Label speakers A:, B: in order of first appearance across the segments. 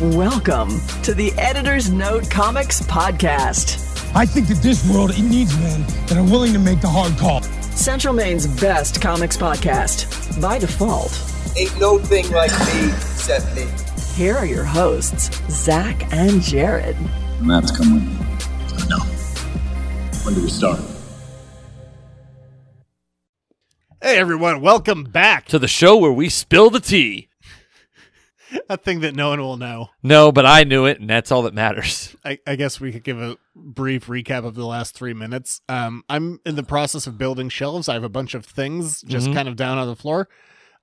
A: Welcome to the Editor's Note Comics Podcast,
B: I think that this world it needs men that are willing to make the hard call.
A: Central Maine's best comics podcast. By default,
C: Ain't no thing like me, except me.
A: here are your hosts, Zach and Jared.
D: Maps come with me. No. When do we start?
E: Hey everyone, welcome back
F: to the show where we spill the tea.
E: a thing that no one will know.
F: No, but I knew it, and that's all that matters.
E: I, I guess we could give a brief recap of the last three minutes. Um, I'm in the process of building shelves. I have a bunch of things just kind of down on the floor.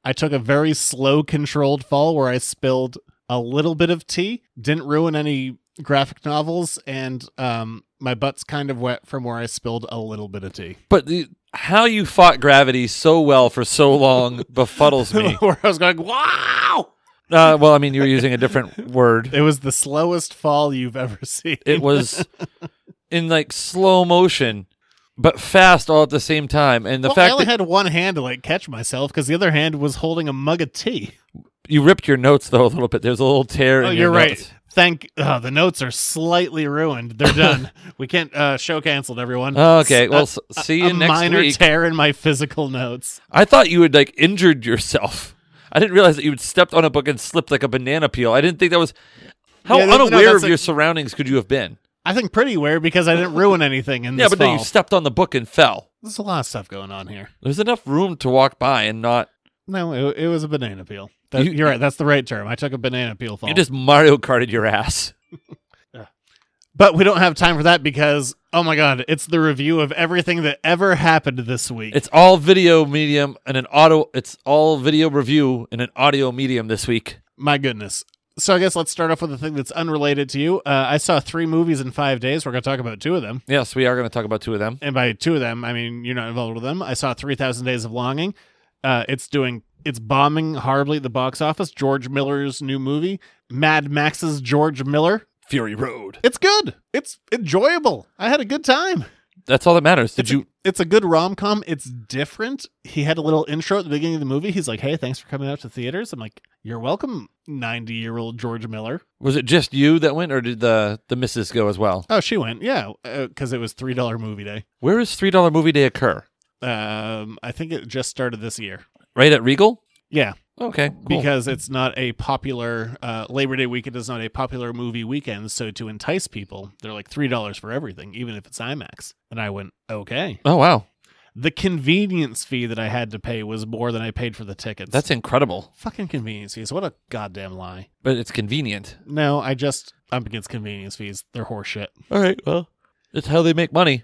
E: I took a very slow, controlled fall where I spilled a little bit of tea, didn't ruin any graphic novels, and um, my butt's kind of wet from where I spilled a little bit of tea.
F: But the, how you fought gravity so well for so long befuddles me.
E: where I was going, wow!
F: Uh, well, I mean, you were using a different word.
E: It was the slowest fall you've ever seen.
F: It was in like slow motion, but fast all at the same time. And the
E: Well, I
F: fact
E: only
F: that
E: had one hand to like catch myself because the other hand was holding a mug of tea.
F: you ripped your notes though a little bit. There's a little tear.
E: Oh,
F: in
E: you're
F: your
E: right.
F: notes.
E: Thank oh, the notes are slightly ruined. They're done. we can't uh, show canceled everyone.
F: Oh, okay.
E: S-
F: Well,
E: a-
F: s- see
E: a
F: you next
E: minor
F: week.
E: tear in my physical notes.
F: I thought you had like injured yourself. I didn't realize that you had stepped on a book and slipped like a banana peel. I didn't think that was. How
E: Yeah, that- no,
F: unaware
E: that's
F: of
E: like-
F: your surroundings could you have been?
E: I think pretty weird because I didn't ruin anything in
F: Yeah,
E: this
F: but
E: fall.
F: then you stepped on the book and fell.
E: There's a lot of stuff going on here.
F: There's enough room to walk by and not.
E: No, it, it was a banana peel. That,
F: You-
E: you, are right. That's the right term. I took a banana peel fall.
F: You just Mario Karted your ass.
E: but we don't have time for that because oh my god, it's the review of everything that ever happened this week.
F: It's all video medium and an auto. It's all video review and an audio medium this week.
E: My goodness. So I guess let's start off with a thing that's unrelated to you. Uh, I saw three movies in five days. We're going to talk about two of them.
F: Yes, we are going to talk about two of them.
E: And by two of them, I mean you're not involved with them. I saw 3,000 Days of Longing. Uh, it's doing, it's bombing horribly at the box office. George Miller's new movie, Mad Max's George Miller.
F: Fury Road.
E: It's good. It's enjoyable. I had a good time.
F: That's all that matters. Did
E: It's
F: you?
E: A, it's a good rom com. It's different. He had a little intro at the beginning of the movie. He's like, hey, thanks for coming out to theaters. I'm like, you're welcome, 90 year old George Miller.
F: Was it just you that went, or did the the missus go as well?
E: Oh, she went. Yeah, because it was three dollar movie day.
F: Where does three dollar movie day occur?
E: Um, I think it just started this year.
F: Right at Regal.
E: Yeah,
F: Okay. Cool.
E: because it's not a popular uh, Labor Day weekend is not a popular movie weekend. So to entice people, they're like three dollars for everything, even if it's IMAX. And I went, okay.
F: oh wow,
E: The convenience fee that I had to pay was more than I paid for the tickets.
F: that's incredible.
E: fucking convenience fees. What a goddamn lie.
F: But it's convenient.
E: No, I just I'm against convenience fees. They're horseshit.
F: All right. Well, that's how they make money.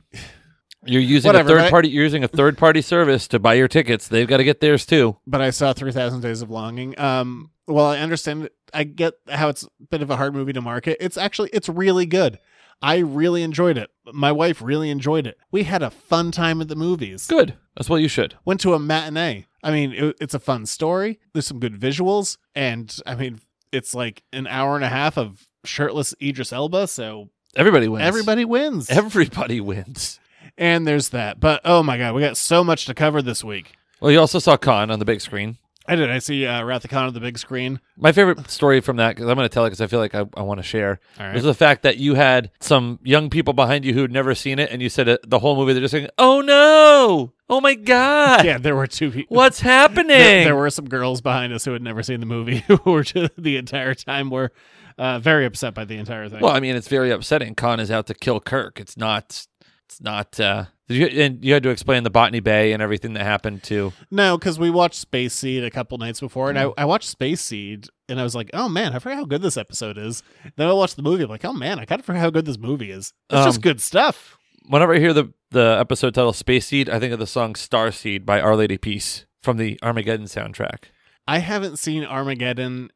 F: You're using
E: Whatever,
F: a third
E: right?
F: party. You're using a third party service to buy your tickets. They've got to get theirs too.
E: but I saw 3000 Days of Longing. Um well, I understand I get how it's a bit of a hard movie to market. It's actually it's really good. I really enjoyed it. My wife really enjoyed it. We had a fun time at the movies.
F: Good. That's what you should.
E: Went to a matinee. I mean, it, it's a fun story. There's some good visuals and I mean, it's like an hour and a half of shirtless Idris Elba, so
F: Everybody wins.
E: everybody wins.
F: Everybody wins.
E: and there's that. But oh my god, we got so much to cover this week.
F: Well, you also saw Khan on the big screen.
E: I did. I see uh, Wrath of Khan on the big screen.
F: My favorite story from that, because I'm going to tell it because I feel like I, I want to share,
E: All right.
F: was the fact that you had some young people behind you who had never seen it, and you said it, the whole movie, they're just saying, oh no, oh my God,
E: Yeah, there were two people.
F: what's happening?
E: There, there were some girls behind us who had never seen the movie who were to the entire time were uh, very upset by the entire thing.
F: Well, I mean, it's very upsetting. Khan is out to kill Kirk. It's not. It's not. Uh, did you, and you had to explain the Botany Bay and everything that happened to.
E: no, because we watched Space Seed a couple nights before, and
F: Mm.
E: I, I watched Space Seed, and I was like, oh man, I forgot how good this episode is. Then I watched the movie, I'm like, oh man, I kind of forgot how good this movie is. It's
F: Um,
E: just good stuff.
F: Whenever I hear the the episode title "Space Seed," I think of the song "Star Seed" by Our Lady Peace from the Armageddon soundtrack.
E: I haven't seen Armageddon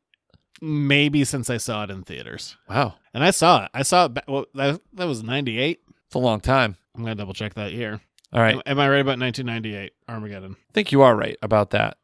E: maybe since I saw it in theaters,
F: Wow,
E: and I saw it. I saw it. Ba- well, that that was '98.
F: it's a long time.
E: I'm gonna double check that year.
F: All right,
E: Am, am I right about 1998 Armageddon?
F: I think you are right about that.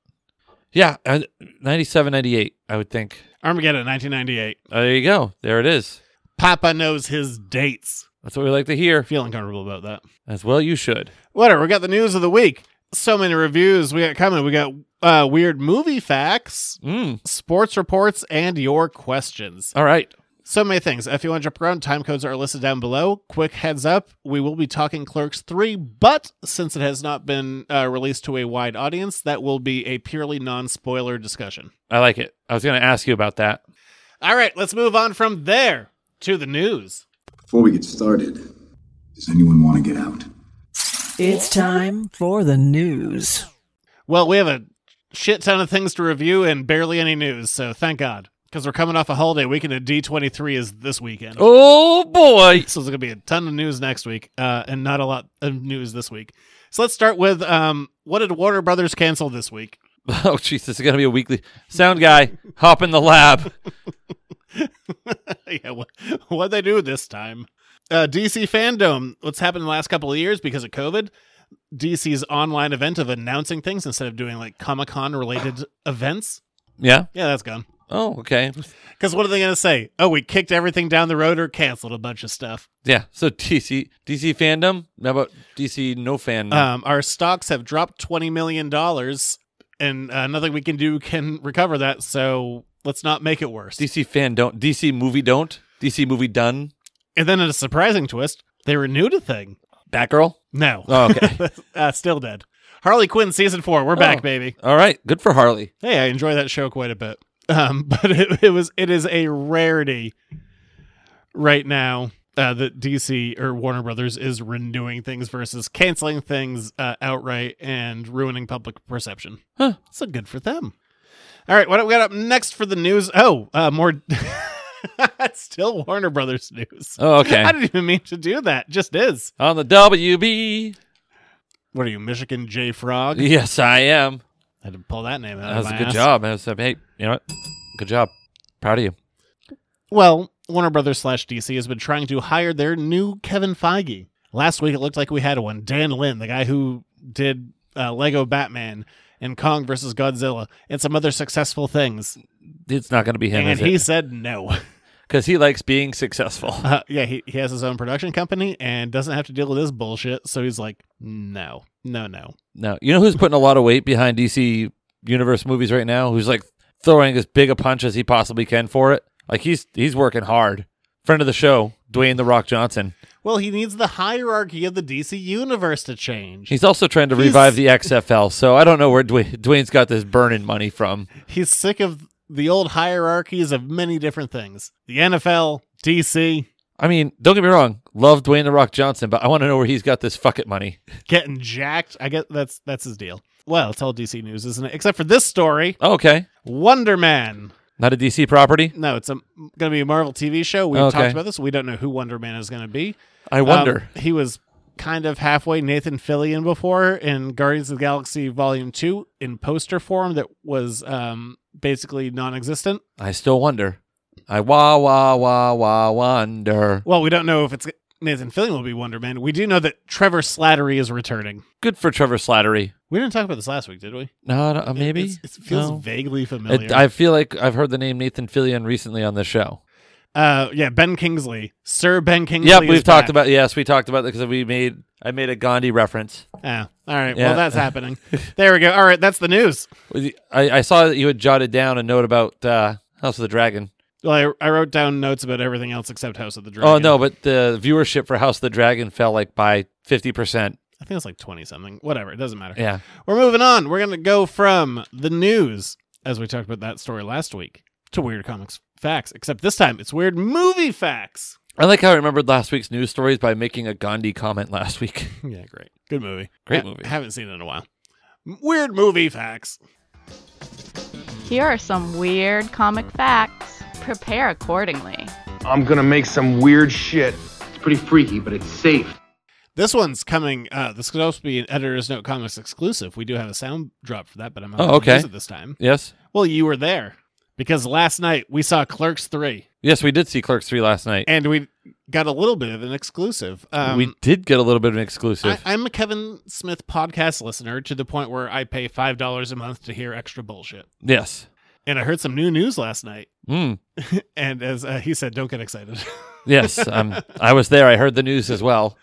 F: Yeah, uh, 97, 98, I would think.
E: Armageddon 1998.
F: Oh, there you go. There it is.
E: Papa knows his dates.
F: That's what we like to hear.
E: Feeling comfortable about that.
F: As well, you should.
E: Whatever. We got the news of the week. so many reviews we got coming. We got uh, weird movie facts,
F: Mm.
E: sports reports, and your questions.
F: All right.
E: So many things. If you want to jump around, time codes are listed down below. Quick heads up, we will be talking Clerks 3, but since it has not been uh, released to a wide audience, that will be a purely non spoiler discussion.
F: I like it. I was going to ask you about that.
E: All right, let's move on from there to the news.
D: Before we get started, does anyone want to get out?
A: It's time for the news.
E: Well, we have a shit ton of things to review and barely any news, so thank God. Because we're coming off a holiday weekend and D23 is this weekend.
F: Oh boy.
E: So there's going to be a ton of news next week uh, and not a lot of news this week. So let's start with um, what did Warner Brothers cancel this week?
F: Oh Jesus, it's going to be a weekly sound guy. hop in the lab.
E: yeah, what what they do this time? Uh, DC fandom. What's happened in the last couple of years because of COVID? DC's online event of announcing things instead of doing like Comic Con related events.
F: Yeah.
E: Yeah, that's gone.
F: Oh, okay.
E: Because what are they going to say? Oh, we kicked everything down the road or canceled a bunch of stuff.
F: Yeah. So DC DC fandom. How about DC no fandom?
E: Um, our stocks have dropped twenty million dollars, and uh, nothing we can do can recover that. So let's not make it worse.
F: DC fan don't. DC movie don't. DC movie done.
E: And then, in a surprising twist, they renewed a thing.
F: Batgirl.
E: No,
F: Oh, okay.
E: uh, still dead. Harley Quinn season four. We're back,
F: Oh.
E: baby.
F: All right. Good for Harley.
E: Hey, I enjoy that show quite a bit. Um, but it, it was it is a rarity right now uh, that DC or Warner Brothers is renewing things versus canceling things uh, outright and ruining public perception.
F: Huh.
E: So good for them. All right, what do we got up next for the news? Oh, uh, more. It's still Warner Brothers news.
F: Oh, okay.
E: I didn't even mean to do that. Just is.
F: On the WB.
E: What are you, Michigan J Frog?
F: Yes, I am.
E: I had to pull that name out.
F: That
E: of
F: was a
E: my
F: good
E: ass.
F: job. I was like, hey, you know what? Good job. Proud of you.
E: Well, Warner Brothers slash DC has been trying to hire their new Kevin Feige. Last week it looked like we had one. Dan Lin, the guy who did uh, Lego Batman and Kong versus Godzilla and some other successful things,
F: It's not going to be him,
E: and
F: is
E: he
F: it?
E: said no.
F: Because he likes being successful.
E: Uh, yeah, he, he has his own production company and doesn't have to deal with this bullshit. So he's like, no, no, no.
F: No, you know who's putting a lot of weight behind DC Universe movies right now? Who's like throwing as big a punch as he possibly can for it? Like he's he's working hard. Friend of the show, Dwayne the Rock Johnson.
E: Well, he needs the hierarchy of the DC universe to change.
F: He's also trying to revive the XFL. So I don't know where Dwayne, Dwayne's got this burning money from.
E: he's sick of the old hierarchies of many different things. The NFL, DC,
F: I mean, don't get me wrong, love Dwayne the Rock Johnson, but I want to know where he's got this fuck it money.
E: getting jacked. I guess that's that's his deal. Well, it's all DC news, isn't it? Except for this story,
F: Oh, okay,
E: Wonder Man.
F: not a DC property.
E: No, it's a, gonna be a Marvel TV show. We've
F: Okay.
E: talked about this. We don't know who Wonder Man is gonna be.
F: I
E: Um,
F: wonder.
E: he was kind of halfway Nathan Fillion before in Guardians of the Galaxy Volume Two in poster form that was um, basically non-existent.
F: I still wonder. I wah wah wah wah wonder.
E: Well, we don't know if it's Nathan Fillion will be Wonder Man. We do know that Trevor Slattery is returning.
F: Good for Trevor Slattery.
E: We didn't talk about this last week, did we?
F: No, I don't- maybe
E: It's- it feels
F: No.
E: vaguely familiar.
F: It, I feel like I've heard the name Nathan Fillion recently on this show.
E: uh, yeah, Ben Kingsley, Sir Ben Kingsley.
F: Yep,
E: Mm, is
F: we've talked
E: back.
F: about yes, we talked about that because we made I made a Gandhi reference.
E: Yeah. All right.
F: Yeah.
E: Well, that's happening. There we go. All right, that's the news.
F: I, I saw that you had jotted down a note about uh, House of the Dragon.
E: Well, I, I wrote down notes about everything else except House of the Dragon.
F: Oh no, but the viewership for House of the Dragon fell like by fifty percent.
E: I think it's like twenty something. Whatever. It doesn't matter.
F: Yeah,
E: We're moving on. We're gonna go from the news, as we talked about that story last week, to weird comics facts. Except this time, it's weird movie facts.
F: I like how I remembered last week's news stories by making a Gandhi comment last week.
E: Yeah, great. Good movie.
F: Great
E: Ha-
F: movie.
E: Haven't seen it in a while. M- Weird movie facts.
G: Here are some weird comic facts. Prepare accordingly.
H: I'm gonna make some weird shit. It's pretty freaky, but it's safe.
E: This one's coming. Uh, this could also be an editor's note comics exclusive. We do have a sound drop for that, but I'm not
F: Oh,
E: going to
F: okay.
E: use it this time.
F: yes,
E: Well, you were there because last night we saw Clerks three,
F: yes, we did see Clerks three last night.
E: and we got a little bit of an exclusive. Um,
F: we did get a little bit of an exclusive.
E: I, I'm a Kevin Smith podcast listener to the point where I pay five dollars a month to hear extra bullshit.
F: yes.
E: And I heard some new news last night.
F: Mm.
E: And as uh, he said, don't get excited.
F: Yes, um, I was there. I heard the news as well.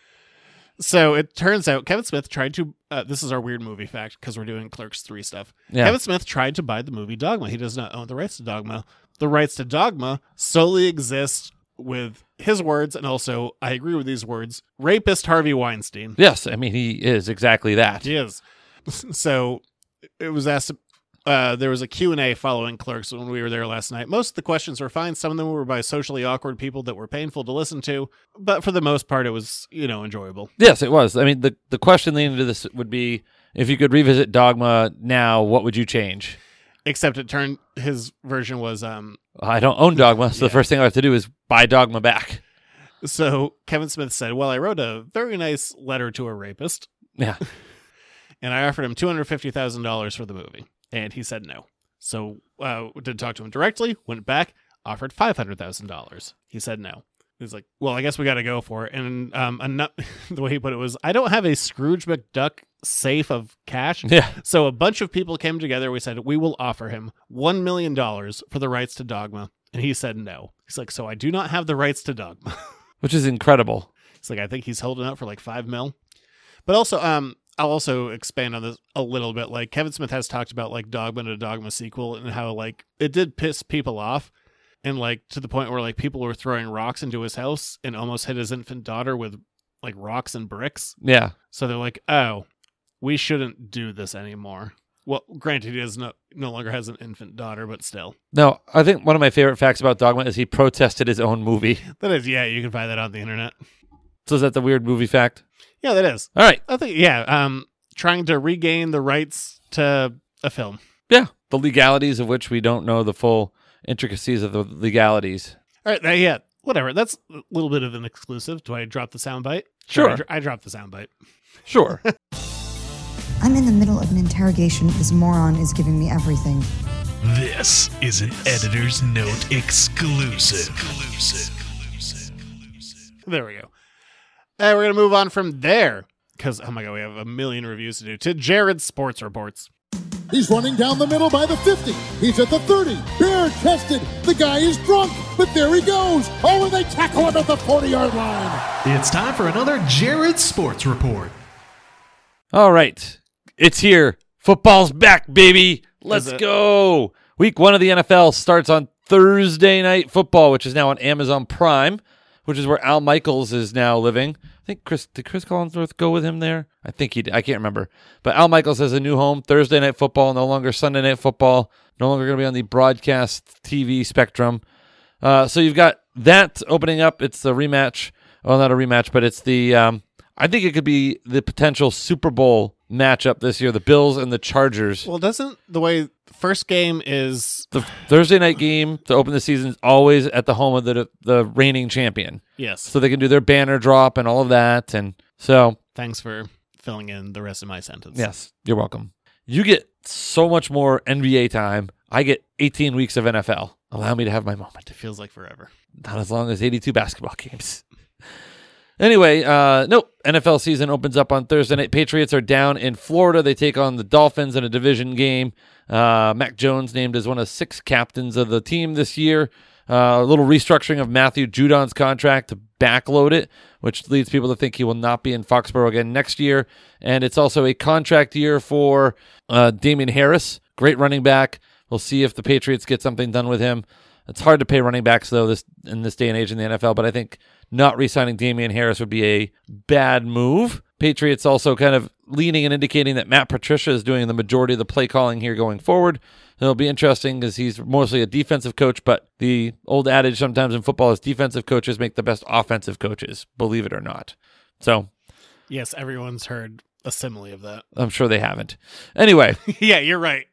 E: So it turns out Kevin Smith tried to. Uh, this is our weird movie fact because we're doing Clerks 3 stuff.
F: Yeah.
E: Kevin Smith tried to buy the movie Dogma. He does not own the rights to Dogma. The rights to Dogma solely exist with his words, and also, I agree with these words, rapist Harvey Weinstein.
F: Yes, I mean he is exactly that.
E: He is. So it was asked. Uh, there was a Q&A following Clerks when we were there last night. Most of the questions were fine. Some of them were by socially awkward people that were painful to listen to, but for the most part, it was you know enjoyable.
F: Yes, it was. I mean the the question leading to this would be if you could revisit Dogma now, what would you change?
E: Except it turned his version was um
F: I don't own Dogma, so the first thing I have to do is buy Dogma back.
E: so Kevin Smith said, "Well, I wrote a very nice letter to a rapist,
F: Yeah.
E: and I offered him two hundred fifty thousand dollars for the movie, and he said no. So uh, we didn't talk to him directly. Went back, offered five hundred thousand dollars. He said no. He's like, well, I guess we got to go for it. And um, enough, the way he put it was, I don't have a Scrooge McDuck safe of cash.
F: Yeah.
E: So a bunch of people came together. We said we will offer him one million dollars for the rights to Dogma, and he said no. He's like, so I do not have the rights to Dogma.
F: Which is incredible.
E: It's like I think he's holding out for like five mil. But also, um, I'll also expand on this a little bit. Like Kevin Smith has talked about like Dogma and a Dogma sequel and how like it did piss people off. And like to the point where like people were throwing rocks into his house and almost hit his infant daughter with like rocks and bricks.
F: Yeah.
E: So they're like, oh, we shouldn't do this anymore. Well, granted, he does no, no longer has an infant daughter, but still.
F: No, I think one of my favorite facts about Dogma is he protested his own movie.
E: That is, yeah, you can find that on the internet.
F: So is that the weird movie fact?
E: Yeah, that is.
F: All right.
E: I think yeah, um trying to regain the rights to a film.
F: Yeah. The legalities of which we don't know the full intricacies of the legalities.
E: All right, uh, yeah, whatever. That's a little bit of an exclusive. Do I drop the soundbite?
F: Sure.
E: I, dro- I drop the soundbite.
F: Sure.
I: I'm in the middle of an interrogation. This moron is giving me everything.
J: This is an editor's note exclusive.
E: There we go. And we're gonna move on from there because oh my god, we have a million reviews to do to Jared's sports reports.
K: He's running down the middle by the 50. He's at the 30. Bare chested. The guy is drunk, but there he goes. Oh, and they tackle him at the 40 yard line.
J: It's time for another Jared Sports Report.
F: All right. It's here. Football's back, baby. Let's
E: it?
F: go. Week one of the NFL starts on Thursday night football, which is now on Amazon Prime, which is where Al Michaels is now living. I think Chris did Chris Collinsworth go with him there? I think he did. I can't remember. But Al Michaels has a new home, Thursday night football, no longer Sunday night football, no longer gonna be on the broadcast TV spectrum. Uh, so you've got that opening up. It's the rematch. Well, not a rematch, but it's the. Um, I think it could be the potential Super Bowl matchup this year: the Bills and the Chargers.
E: Well, doesn't the way the first game is
F: the Thursday night game to open the season is always at the home of the the reigning champion,
E: yes?
F: so they can do their banner drop and all of that. And so,
E: Thanks for filling in the rest of my sentence.
F: yes, you're welcome. You get so much more NBA time. I get 18 weeks of NFL. Allow me to have my moment.
E: it feels like forever.
F: not as long as 82 basketball games. Anyway, uh, nope. NFL season opens up on Thursday night. Patriots are down in Florida. They take on the Dolphins in a division game. Uh, Mac Jones named as one of six captains of the team this year. Uh, a little restructuring of Matthew Judon's contract to backload it, which leads people to think he will not be in Foxborough again next year. And it's also a contract year for uh, Damian Harris, great running back. We'll see if the Patriots get something done with him. It's hard to pay running backs though this in this day and age in the NFL, but I think not re-signing Damian Harris would be a bad move. Patriots also kind of leaning and indicating that Matt Patricia is doing the majority of the play calling here going forward. It'll be interesting because he's mostly a defensive coach, but the old adage sometimes in football is defensive coaches make the best offensive coaches, believe it or not. So
E: Yes, everyone's heard a simile of that.
F: I'm sure they haven't. Anyway,
E: yeah, you're right.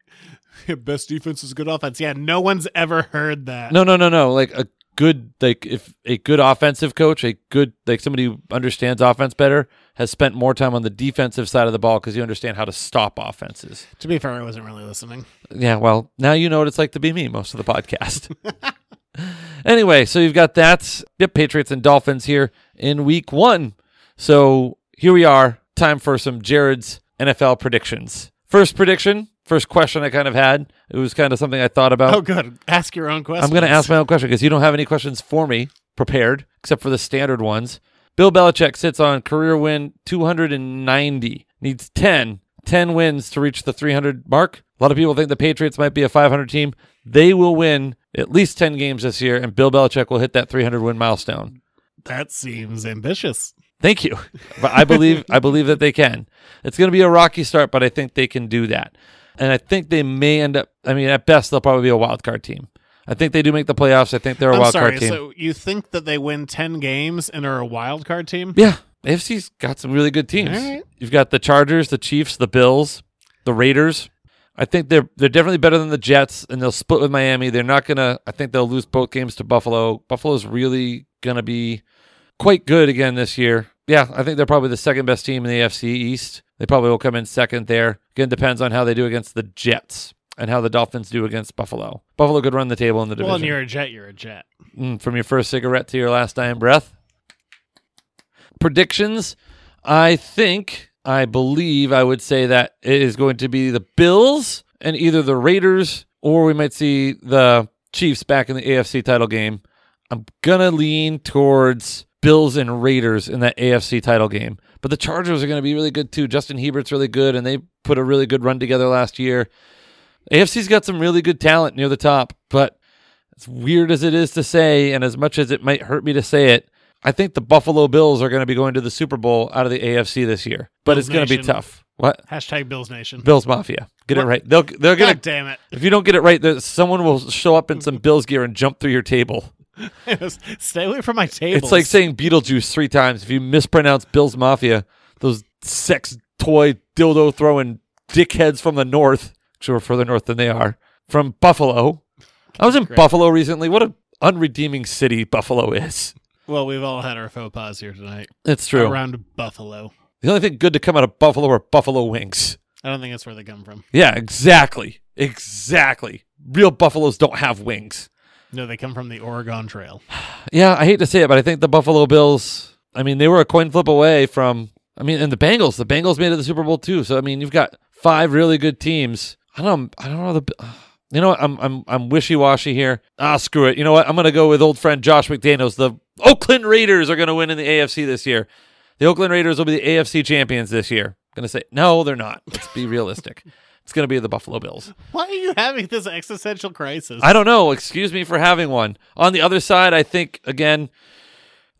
E: Best defense is good offense. Yeah, no one's ever heard that.
F: No, no, no, no. Like a good, like if a good offensive coach, a good, like somebody who understands offense better, has spent more time on the defensive side of the ball because you understand how to stop offenses.
E: To be fair, I wasn't really listening.
F: Yeah, well, now you know what it's like to be me most of the podcast. anyway, so you've got that. Yep, Patriots and Dolphins here in week one. So here we are. Time for some Jared's NFL predictions. First prediction, first question I kind of had. It was kind of something I thought about.
E: Oh, good. Ask your own question.
F: I'm going to ask my own question because you don't have any questions for me prepared except for the standard ones. Bill Belichick sits on career win 290, needs 10, 10 wins to reach the 300 mark. A lot of people think the Patriots might be a 500 team. They will win at least 10 games this year, and Bill Belichick will hit that 300 win milestone.
E: That seems ambitious.
F: Thank you. But I believe I believe that they can. It's going to be a rocky start, but I think they can do that. And I think they may end up. I mean, at best, they'll probably be a wild card team. I think they do make the playoffs. I think they're a
E: I'm
F: wild
E: sorry.
F: card team.
E: So you think that they win ten games and are a wild card team?
F: yeah, AFC's got some really good teams.
E: All right.
F: You've got the Chargers, the Chiefs, the Bills, the Raiders. I think they're they're definitely better than the Jets, and they'll split with Miami. They're not gonna. I think they'll lose both games to Buffalo. Buffalo's really gonna be quite good again this year. Yeah, I think they're probably the second best team in the AFC East. They probably will come in second there. Again, depends on how they do against the Jets and how the Dolphins do against Buffalo. Buffalo could run the table in the
E: Well, and
F: division.
E: you're a jet. You're a jet.
F: Mm, from your first cigarette to your last dying breath. Predictions. I think, I believe, I would say that it is going to be the Bills and either the Raiders or we might see the Chiefs back in the AFC title game. I'm going to lean towards Bills and Raiders in that AFC title game. But the Chargers are going to be really good too. Justin Hebert's really good, and they put a really good run together last year. AFC's got some really good talent near the top, but as weird as it is to say, and as much as it might hurt me to say it, I think the Buffalo Bills are going to be going to the Super Bowl out of the AFC this year. But
E: Bills
F: it's going to be
E: Nation.
F: tough. What?
E: Hashtag Bills Nation.
F: Bills Mafia. Get it
E: What?
F: right. They'll they're going
E: God
F: to
E: damn it!
F: If you don't get it right, there- someone will show up in some Bills gear and jump through your table.
E: Stay away from my table.
F: It's like saying Beetlejuice three times. If you mispronounce Bills Mafia, those sex toy dildo throwing dickheads from the north, which are further north than they are, from Buffalo. I was in Buffalo recently. What an unredeeming city Buffalo is.
E: Well, we've all had our faux pas here tonight.
F: It's true.
E: Around Buffalo.
F: The only thing good to come out of Buffalo are Buffalo wings.
E: I don't think that's where they come from.
F: Yeah, exactly. Exactly. Real buffaloes don't have wings.
E: No, they come from the Oregon Trail.
F: Yeah, I hate to say it, but I think the Buffalo Bills, I mean, they were a coin flip away from, I mean, and the Bengals, the Bengals made it to the Super Bowl too. So, I mean, you've got five really good teams. I don't, I don't know the, you know what? I'm, I'm, I'm wishy washy here. Ah, screw it. You know what? I'm going to go with old friend Josh McDaniels. The Oakland Raiders are going to win in the AFC this year. The Oakland Raiders will be the AFC champions this year. going to say, no, they're not. Let's be realistic. It's going to be the Buffalo Bills.
E: Why are you having this existential crisis?
F: I don't know. Excuse me for having one. On the other side, I think again,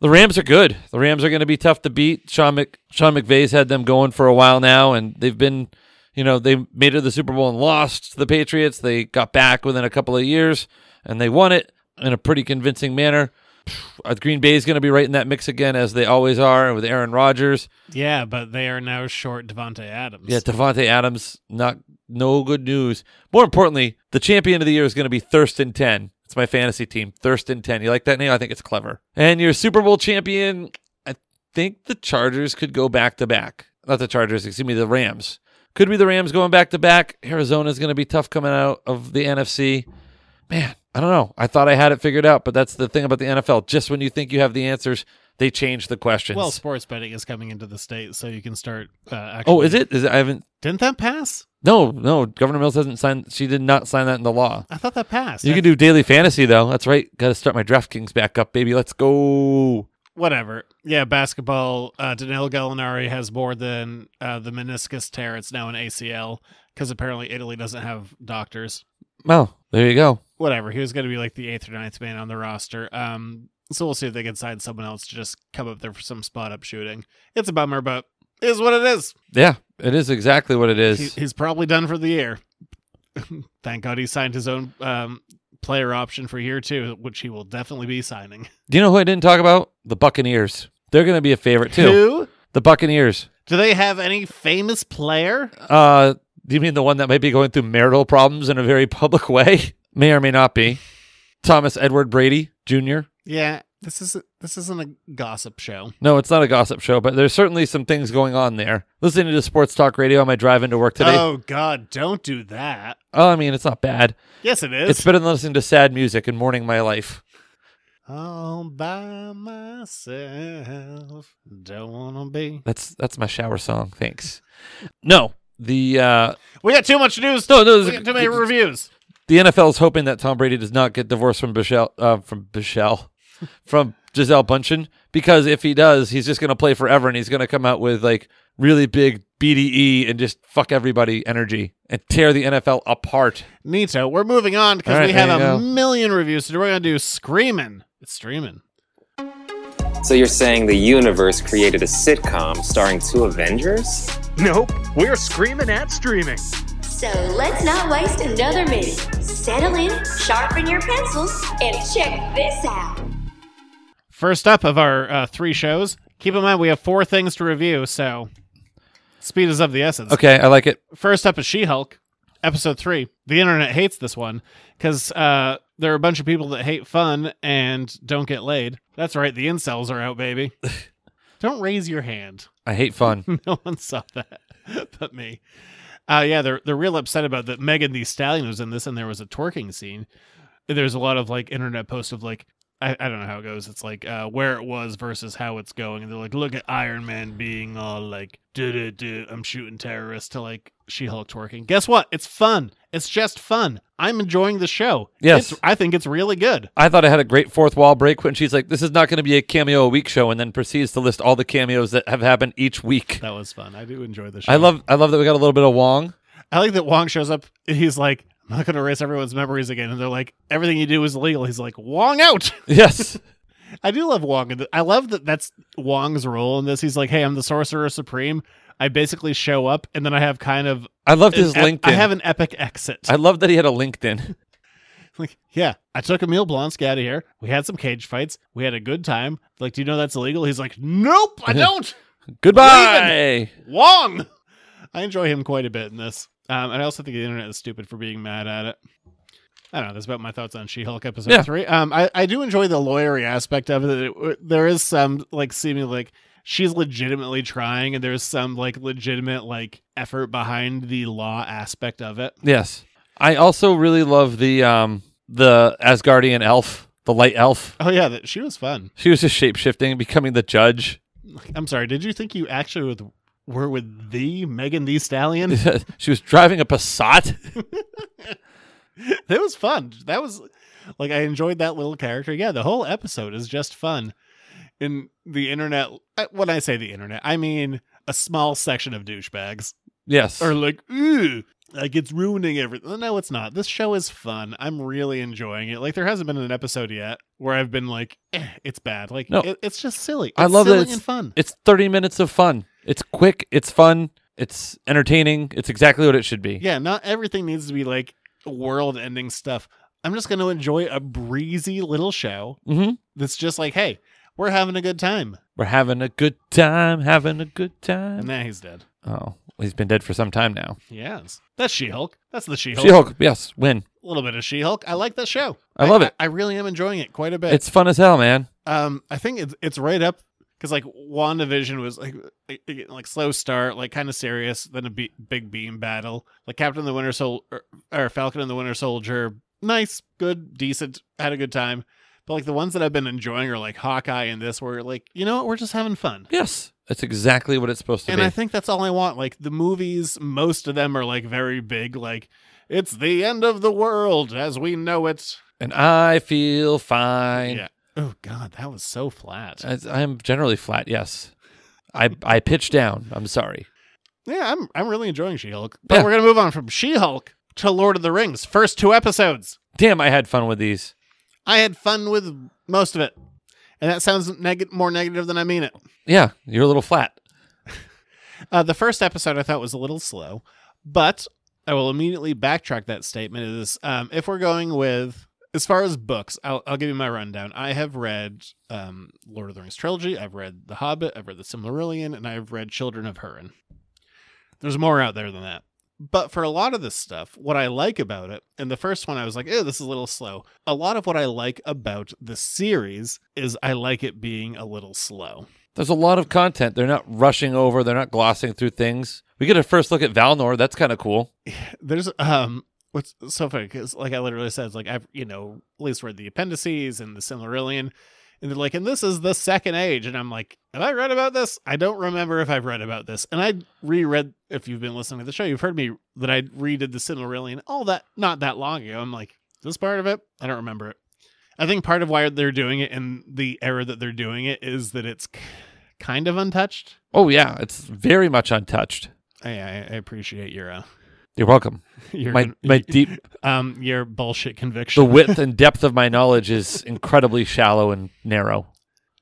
F: the Rams are good. The Rams are going to be tough to beat. Sean Mc, Sean McVay's had them going for a while now, and they've been, you know, they made it to the Super Bowl and lost to the Patriots. They got back within a couple of years, and they won it in a pretty convincing manner. Uh, Green Bay is going to be right in that mix again, as they always are with Aaron Rodgers.
E: Yeah, but they are now short Devonte Adams.
F: Yeah, Devontae Adams, not no good news. More importantly, the champion of the year is going to be Thurston 10. It's my fantasy team, Thurston 10. You like that name? I think it's clever. And your Super Bowl champion, I think the Chargers could go back to back. Not the Chargers, excuse me, the Rams. Could be the Rams going back to back. Arizona's going to be tough coming out of the NFC. Man, I don't know. I thought I had it figured out, but that's the thing about the NFL. Just when you think you have the answers, they change the questions.
E: Well, sports betting is coming into the state, so you can start. Uh, actually,
F: oh, is it? Is it? I haven't
E: Didn't that pass?
F: No, no. Governor Mills hasn't signed. She did not sign that into law.
E: I thought that passed.
F: You
E: I-
F: can do daily fantasy though. That's right. Got to start my DraftKings back up, baby. Let's go.
E: whatever. Yeah, basketball. Uh, Danilo Gallinari has more than uh, the meniscus tear. It's now an ACL because apparently Italy doesn't have doctors.
F: Well, there you go.
E: Whatever. He was going to be like the eighth or ninth man on the roster. Um, so we'll see if they can sign someone else to just come up there for some spot up shooting. It's a bummer, but it is what it is.
F: Yeah, it is exactly what it
E: He,
F: is.
E: he's probably done for the year. Thank God he signed his own um, player option for year two, which he will definitely be signing.
F: Do you know who I didn't talk about? The Buccaneers. They're going to be a favorite too.
E: Who?
F: The Buccaneers.
E: Do they have any famous player?
F: Uh, do you mean the one that might be going through marital problems in a very public way? May or may not be. Thomas Edward Brady Jr.
E: Yeah, this is this isn't a gossip show.
F: No, it's not a gossip show, but there's certainly some things going on there. Listening to sports talk radio on my drive into work today.
E: Oh God, don't do that.
F: Oh, I mean, it's not bad.
E: Yes, it is.
F: It's better than listening to sad music and mourning my life.
E: All by myself. Don't wanna be.
F: That's that's my shower song. Thanks. No, the uh,
E: We got too much news.
F: No, no,
E: we got too many reviews.
F: the NFL is hoping that Tom Brady does not get divorced from Bichelle uh, from Bichelle from Giselle Bundchen because if he does, he's just going to play forever and he's going to come out with like really big BDE and just fuck everybody energy and tear the NFL apart.
E: Nito, we're moving on because
F: All right,
E: we have
F: there
E: a
F: you go.
E: million reviews. So we're gonna do screaming. It's streaming.
L: So you're saying the universe created a sitcom starring two Avengers?
M: Nope, we're screaming at streaming.
N: So let's not waste another minute. Settle in, sharpen your pencils, and check this out.
E: First up of our uh, three shows. Keep in mind we have four things to review, so speed is of the essence.
F: Okay, I like it.
E: First up is She Hulk, episode three. The internet hates this one because uh, there are a bunch of people that hate fun and don't get laid. That's right, the incels are out, baby. don't raise your hand.
F: I hate fun.
E: no one saw that but me. Uh, yeah, they're they're real upset about that. Megan the Stallion was in this, and there was a twerking scene. There's a lot of like internet posts of like I, I don't know how it goes. It's like uh, where it was versus how it's going, and they're like, look at Iron Man being all like, duh, duh, I'm shooting terrorists to like She Hulk twerking. Guess what? It's fun. It's just fun. I'm enjoying the show.
F: Yes.
E: It's- I think it's really good.
F: I thought I had a great fourth wall break when she's like, "This is not going to be a cameo a week show," and then proceeds to list all the cameos that have happened each week.
E: That was fun. I do enjoy the show.
F: I love, I love that we got a little bit of Wong.
E: I like that Wong shows up. and He's like, I'm not going to erase everyone's memories again. And they're like, everything you do is illegal. He's like, Wong out.
F: Yes.
E: I do love Wong. in th- I love that that's Wong's role in this. He's like, hey, I'm the Sorcerer Supreme. I basically show up and then I have kind of.
F: I loved his
E: an ep- I
F: LinkedIn.
E: have an epic exit.
F: I love that he had a LinkedIn.
E: Like, yeah, I took Emil Blonsky out of here. We had some cage fights. We had a good time. Like, do you know that's illegal? He's like, nope, I don't.
F: Goodbye.
E: Wong. I enjoy him quite a bit in this. Um, and I also think the internet is stupid for being mad at it. I don't know. That's about my thoughts on She-Hulk episode
F: Yeah.
E: three. Um, I, I do enjoy the lawyery aspect of it. It- There is some like seeming like she's legitimately trying, and there's some like legitimate like effort behind the law aspect of it.
F: Yes. I also really love the um the Asgardian elf, the light elf.
E: Oh yeah, that she was fun.
F: She was just shape shifting, becoming the judge.
E: I'm sorry. Did you think you actually with, were with the Megan the Stallion?
F: she was driving a Passat.
E: that was fun. That was like I enjoyed that little character. Yeah, the whole episode is just fun. In the internet, uh, when I say the internet, I mean a small section of douchebags.
F: Yes.
E: Or like, ooh, like it's ruining everything. No, it's not. This show is fun. I'm really enjoying it. Like there hasn't been an episode yet where I've been like, eh, it's bad. Like
F: No.
E: it, it's just silly.
F: I
E: It's
F: love
E: silly
F: that it's
E: and fun.
F: It's 30 minutes of fun. It's quick, it's fun, it's entertaining. It's exactly what it should be.
E: Yeah, not everything needs to be like world ending stuff. I'm just going to enjoy a breezy little show
F: Mhm.
E: that's just like, hey, we're having a good time.
F: We're having a good time, having a good time.
E: Nah, he's dead.
F: Oh, he's been dead for some time now.
E: Yes. That's She Hulk. That's the She Hulk.
F: She Hulk, yes, win.
E: A little bit of She Hulk. I like that show.
F: I love it.
E: I, really am enjoying it quite a bit.
F: It's fun as hell, man.
E: Um, I think it's it's right up because like WandaVision was like like- like slow start, like kind of serious, then a be- big beam battle. Like Captain and the Winter Soldier or, or Falcon and the Winter Soldier, nice, good, decent, had a good time. But like the ones that I've been enjoying are like Hawkeye and this, where like you know what, we're just having fun.
F: Yes. That's exactly what it's supposed to
E: And
F: be.
E: I think that's all I want. Like the movies, most of them are like very big. Like it's the end of the world as we know it.
F: and I feel fine.
E: Yeah. Oh God, that was so flat.
F: I I am generally flat, yes. I I pitch down. I'm sorry.
E: Yeah, I'm I'm really enjoying She-Hulk. But we're gonna move on from She-Hulk to Lord of the Rings. First two episodes.
F: Damn, I had fun with these.
E: I had fun with most of it, and that sounds neg- more negative than I mean it.
F: Yeah, you're a little flat.
E: Uh, the first episode I thought was a little slow, but I will immediately backtrack that statement. Is um, if we're going with as far as books, I'll, I'll give you my rundown. I have read um, Lord of the Rings trilogy. I've read The Hobbit. I've read The Silmarillion, and I've read Children of Hurin. There's more out there than that. But for a lot of this stuff, what I like about it, and the first one I was like, "Ew, this is a little slow." A lot of what I like about the series is I like it being a little slow.
F: There's a lot of content. They're not rushing over, they're not glossing through things. We get a first look at Valnor. That's kind of cool.
E: there's um what's so funny because like i literally said like i've you know at least read the appendices and the silmarillion and they're like and this is the second age and i'm like have i read about this i don't remember if i've read about this and i reread if you've been listening to the show you've heard me that i redid the silmarillion all that not that long ago i'm like this part of it i don't remember it I think part of why they're doing it in the era that they're doing it is that it's k- kind of untouched.
F: Oh yeah, it's very much untouched.
E: I, I, I appreciate your uh,
F: You're welcome.
E: You're
F: my
E: gonna-
F: my deep
E: um your bullshit conviction.
F: the width and depth of my knowledge is incredibly shallow and narrow.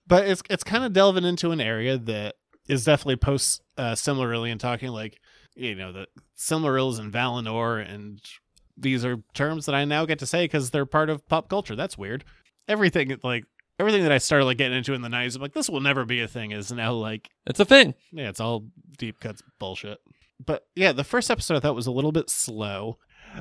E: but it's it's kind of delving into an area that is definitely post uh, Silmarillion and talking like you know the Silmarils and Valinor and these are terms that I now get to say because they're part of pop culture. That's weird. Everything like everything that I started like getting into in the nineties, I'm like this will never be a thing. Is now like
F: it's a thing.
E: Yeah, it's all deep cuts bullshit. But yeah, the first episode I thought was a little bit slow.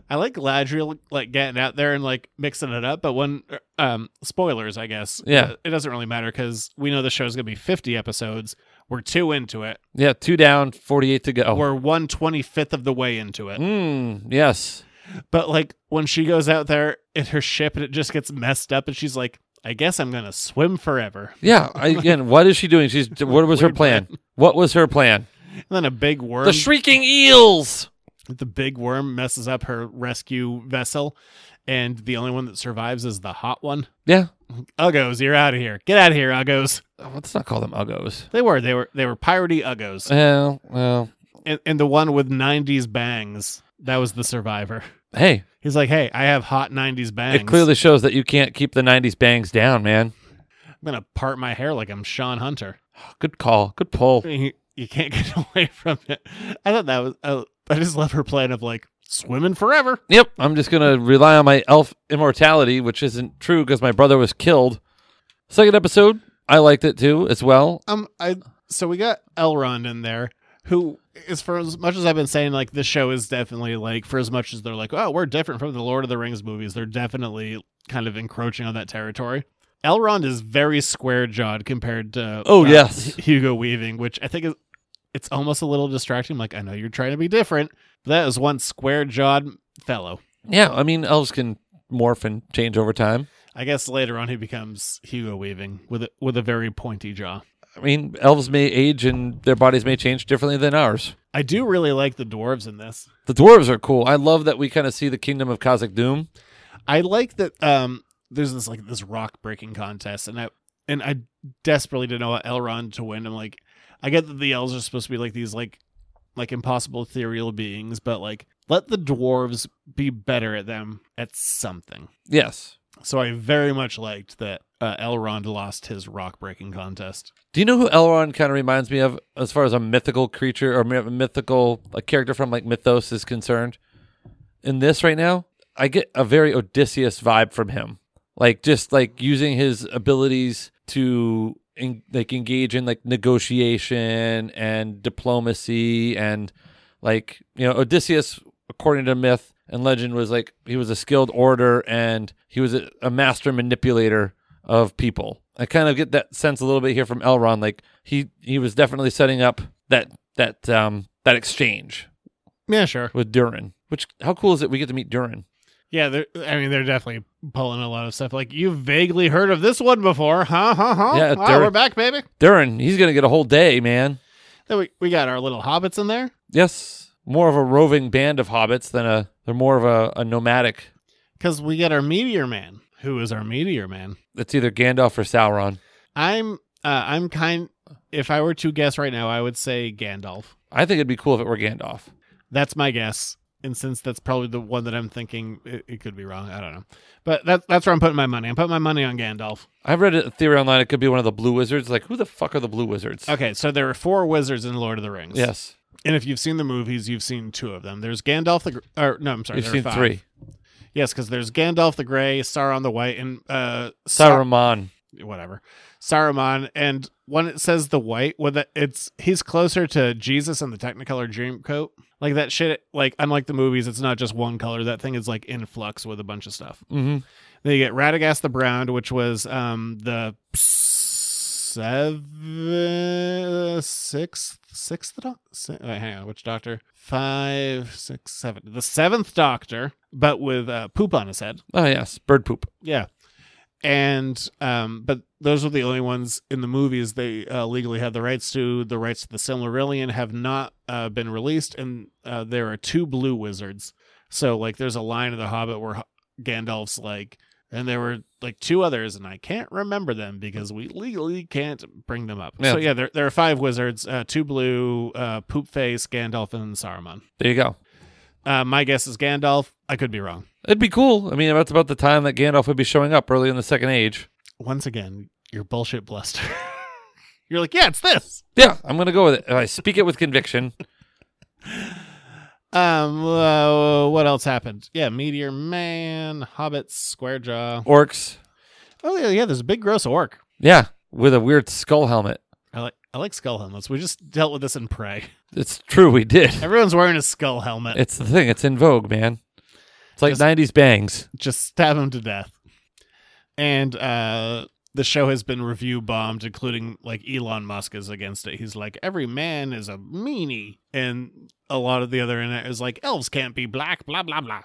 E: I like Gladriel like getting out there and like mixing it up, but when um spoilers, I guess.
F: Yeah.
E: Uh, It doesn't really matter because we know the show's gonna be fifty episodes. We're two into it.
F: Yeah, two down, forty eight to go. Oh.
E: We're one twenty fifth of the way into it.
F: Mm, yes.
E: But like when she goes out there in her ship and it just gets messed up and she's like, I guess I'm gonna swim forever.
F: Yeah. I- Again, what is she doing? She's what was her plan? What was her plan? Um,
E: And then a big worm
F: The shrieking eels.
E: the big worm messes up her rescue vessel, and the only one that survives is the hot one.
F: Yeah. Oh,
E: Uggos, you're out of here. Get out of here, Uggos.
F: Let's not call them Uggos.
E: They were. They were they were piratey Uggos.
F: Well, well.
E: and, and the one with nineties bangs, that was the survivor.
F: Hey,
E: He's like, Hey, I have hot nineties bangs.
F: it clearly shows that you can't keep the '90s bangs down, man.
E: I'm gonna part my hair like I'm Sean Hunter.
F: Good call. Good pull.
E: You, you can't get away from it. I thought that was I, I just love her plan of like swimming forever.
F: Yep. I'm just gonna rely on my elf immortality, which isn't true because my brother was killed. Second episode, I liked it too as well.
E: Um, I so we got Elrond in there, who is for as much as I've been saying, like this show is definitely like for as much as they're like, oh, we're different from the Lord of the Rings movies. They're definitely kind of encroaching on that territory. Elrond is very square jawed compared to uh,
F: Oh, yes.
E: Hugo Weaving, which I think is it's almost a little distracting. Like I know you're trying to be different, but that is one square jawed fellow.
F: Yeah, I mean, elves can morph and change over time.
E: I guess later on he becomes Hugo Weaving with a, with a very pointy jaw.
F: I mean, elves may age and their bodies may change differently than ours.
E: I do really like the dwarves in this.
F: The dwarves are cool. I love that we kind of see the kingdom of Kazakh Doom.
E: I like that um there's this like this rock breaking contest and I and I desperately didn't want Elrond to win. I'm like I get that the elves are supposed to be like these like like impossible ethereal beings, but like let the dwarves be better at them at something.
F: Yes.
E: So I very much liked that uh, Elrond lost his rock breaking contest.
F: Do you know who Elrond kind of reminds me of as far as a mythical creature or myth- mythical a character from like mythos is concerned? In this right now, I get a very Odysseus vibe from him. Like just like using his abilities to en- like engage in like negotiation and diplomacy and like you know Odysseus according to myth and legend was like he was a skilled orator and he was a, a master manipulator of people. I kind of get that sense a little bit here from Elrond. Like he he was definitely setting up that that um that exchange
E: Yeah, sure.
F: with Durin. Which how cool is it we get to meet Durin?
E: Yeah, they're, I mean, they're definitely pulling a lot of stuff. Like, you've vaguely heard of this one before, huh? Huh? Huh?
F: Yeah,
E: Ah,
F: Durin-
E: we're back, baby.
F: Durin, he's gonna get a whole day, man.
E: Then we, we got our little hobbits in there.
F: Yes. More of a roving band of hobbits than a they're more of a, a nomadic.
E: Because we get our Meteor Man. Who is our Meteor Man?
F: It's either Gandalf or Sauron.
E: I'm uh, I'm kind. If I were to guess right now, I would say Gandalf.
F: I think it'd be cool if it were Gandalf.
E: That's my guess. And since that's probably the one that I'm thinking, it, it could be wrong. I don't know. But that, that's where I'm putting my money. I'm putting my money on Gandalf.
F: I've read a theory online it could be one of the blue wizards. Like who the fuck are the blue wizards?
E: Okay, so there are four wizards in Lord of the Rings.
F: Yes.
E: And if you've seen the movies, you've seen two of them. There's Gandalf the. Gr- Or, no, I'm sorry.
F: We've
E: there are
F: seen
E: five.
F: three.
E: Yes, because there's Gandalf the Grey, Sauron the White, and uh, Sa-
F: Saruman.
E: whatever Saruman. And when it says the White, well, that it's he's closer to Jesus in the Technicolor Dreamcoat. Like that shit. Like unlike the movies, it's not just one color. That thing is like in flux with a bunch of stuff.
F: Mm-hmm.
E: Then you get Radagast the Brown, which was um the seven sixth sixth doc. si- wait, hang on, which doctor? Five, six, seven. The seventh doctor, but with uh, poop on his head.
F: Oh yes, bird poop.
E: Yeah. And um, but those were the only ones in the movies they uh, legally had the rights to. The rights to the Silmarillion have not uh, been released, and uh, there are two blue wizards. So like, there's a line in the Hobbit where Ho- Gandalf's like, and there were like two others, and I can't remember them because we legally can't bring them up.
F: Yeah.
E: So yeah, there, there are five wizards: uh, two blue, uh, poop face, Gandalf, and Saruman.
F: There you go.
E: Uh, my guess is Gandalf. I could be wrong.
F: It'd be cool. I mean, that's about the time that Gandalf would be showing up early in the Second Age.
E: Once again, your bullshit bluster. You're like, yeah, it's this.
F: Yeah, I'm gonna go with it. I speak it with conviction.
E: Um, uh, what else happened? Yeah, Meteor Man, Hobbits, Squarejaw,
F: Orcs.
E: Oh yeah, yeah. There's a big gross orc.
F: Yeah, with a weird skull helmet.
E: I like I like skull helmets. We just dealt with this in Prey.
F: It's true, we did.
E: Everyone's wearing a skull helmet.
F: It's the thing. It's in vogue, man. It's like
E: Just-
F: '90s bangs.
E: just stab him to death. And uh, the show has been review bombed, including like Elon Musk is against it. He's like, every man is a meanie, and a lot of the other internet is like, elves can't be black, blah blah blah,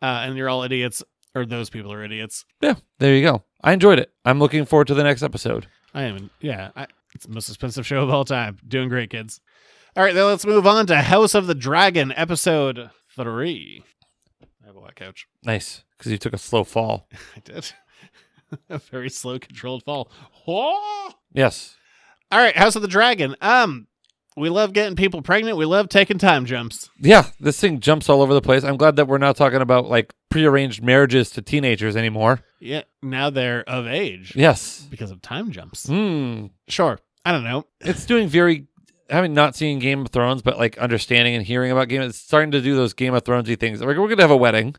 E: uh, and you're all idiots, or those people are idiots.
F: Yeah, there you go. I enjoyed it. I'm looking forward to the next episode.
E: I am, yeah, I, it's the most expensive show of all time. Doing great, kids. All right, then let's move on to House of the Dragon, episode three. I have a wet couch.
F: Nice, because you took a slow fall.
E: I did. a very slow, controlled fall. Oh!
F: Yes.
E: All right, House of the Dragon. Um, we love getting people pregnant. We love taking time jumps.
F: Yeah, this thing jumps all over the place. I'm glad that we're not talking about like prearranged marriages to teenagers anymore.
E: Yeah, now they're of age
F: Yes.
E: because of time jumps.
F: Hmm.
E: Sure, I don't know.
F: It's doing very having not seen Game of Thrones, but like understanding and hearing about Game. It's starting to do those Game of Thronesy things. Like we're gonna have a wedding.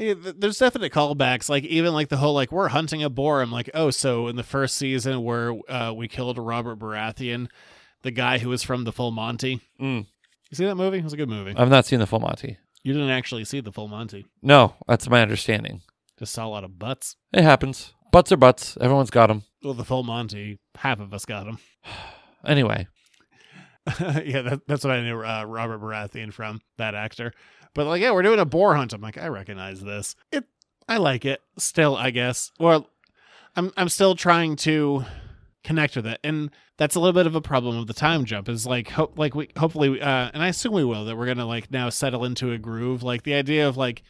E: Yeah, th- There's definite callbacks, like even like the whole like we're hunting a boar. I'm like, oh, so in the first season where uh, we killed Robert Baratheon, the guy who was from The Full Monty.
F: Mm.
E: You see that movie? It was a good movie.
F: I've not seen the full Monty.
E: you didn't actually see The Full Monty.
F: No, that's my understanding.
E: Just saw a lot of butts.
F: It happens. Butts are butts. Everyone's got them.
E: Well, The Full Monty, half of us got him.
F: Anyway,
E: yeah, that, that's what I knew uh, Robert Baratheon from that actor. But like, yeah, we're doing a boar hunt. I'm like, I recognize this. It, I like it still. I guess. Well, I'm I'm still trying to connect with it, and that's a little bit of a problem of the time jump. Is like, hope like we hopefully, we- uh, and I assume we will that we're gonna like now settle into a groove. Like the idea of like,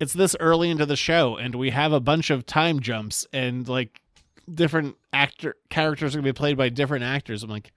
E: it's this early into the show, and we have a bunch of time jumps, and like different actor characters are gonna be played by different actors. I'm like.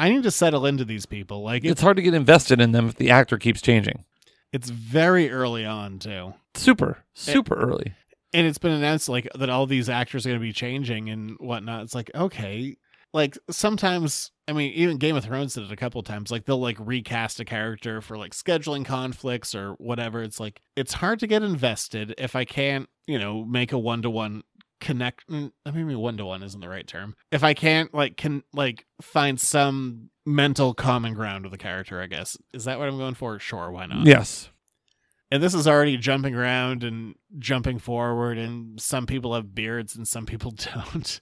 E: I need to settle into these people. Like
F: it's
E: it's
F: hard to get invested in them if the actor keeps changing.
E: it's very early on too, Eh.
F: Super, super early.
E: and it's been announced like that all these actors are going to be changing and whatnot. It's like okay, like sometimes I mean even Game of Thrones did it a couple times. Like they'll like recast a character for like scheduling conflicts or whatever. It's like it's hard to get invested if I can't you know make a one to one connect mm, i mean one to one isn't the right term if i can't like can like find some mental common ground with the character i guess is that what i'm going for sure why not
F: Yes.
E: and this is already jumping around and jumping forward and some people have beards and some people don't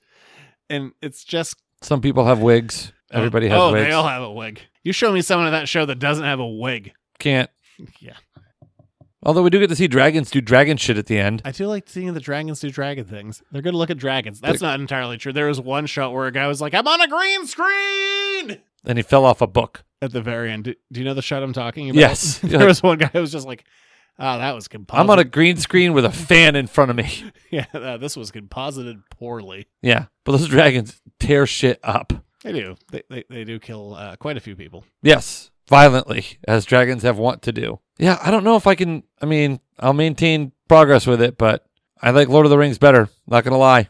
E: and it's just
F: Some people have wigs. Everybody has
E: oh
F: wigs.
E: they all have a wig you show me someone on that show that doesn't have a wig
F: Can't.
E: yeah
F: Although we do get to see dragons do dragon shit at the end.
E: i do like seeing the dragons do dragon things they're good to look at dragons that's not entirely true there was one shot where a guy was like i'm on a green screen
F: Then he fell off a book.
E: at the very end do, do you know the shot i'm talking about
F: Yes.
E: there was one guy who was just like oh that was composite
F: I'm on a green screen with a fan in front of me.
E: yeah that- this was composited poorly
F: Yeah. But those dragons tear shit up.
E: They do. They they, they do kill uh, quite a few people.
F: Yes. Violently, as dragons have want to do. Yeah, I don't know if I can I mean, I'll maintain progress with it, but I like Lord of the Rings better, not gonna lie.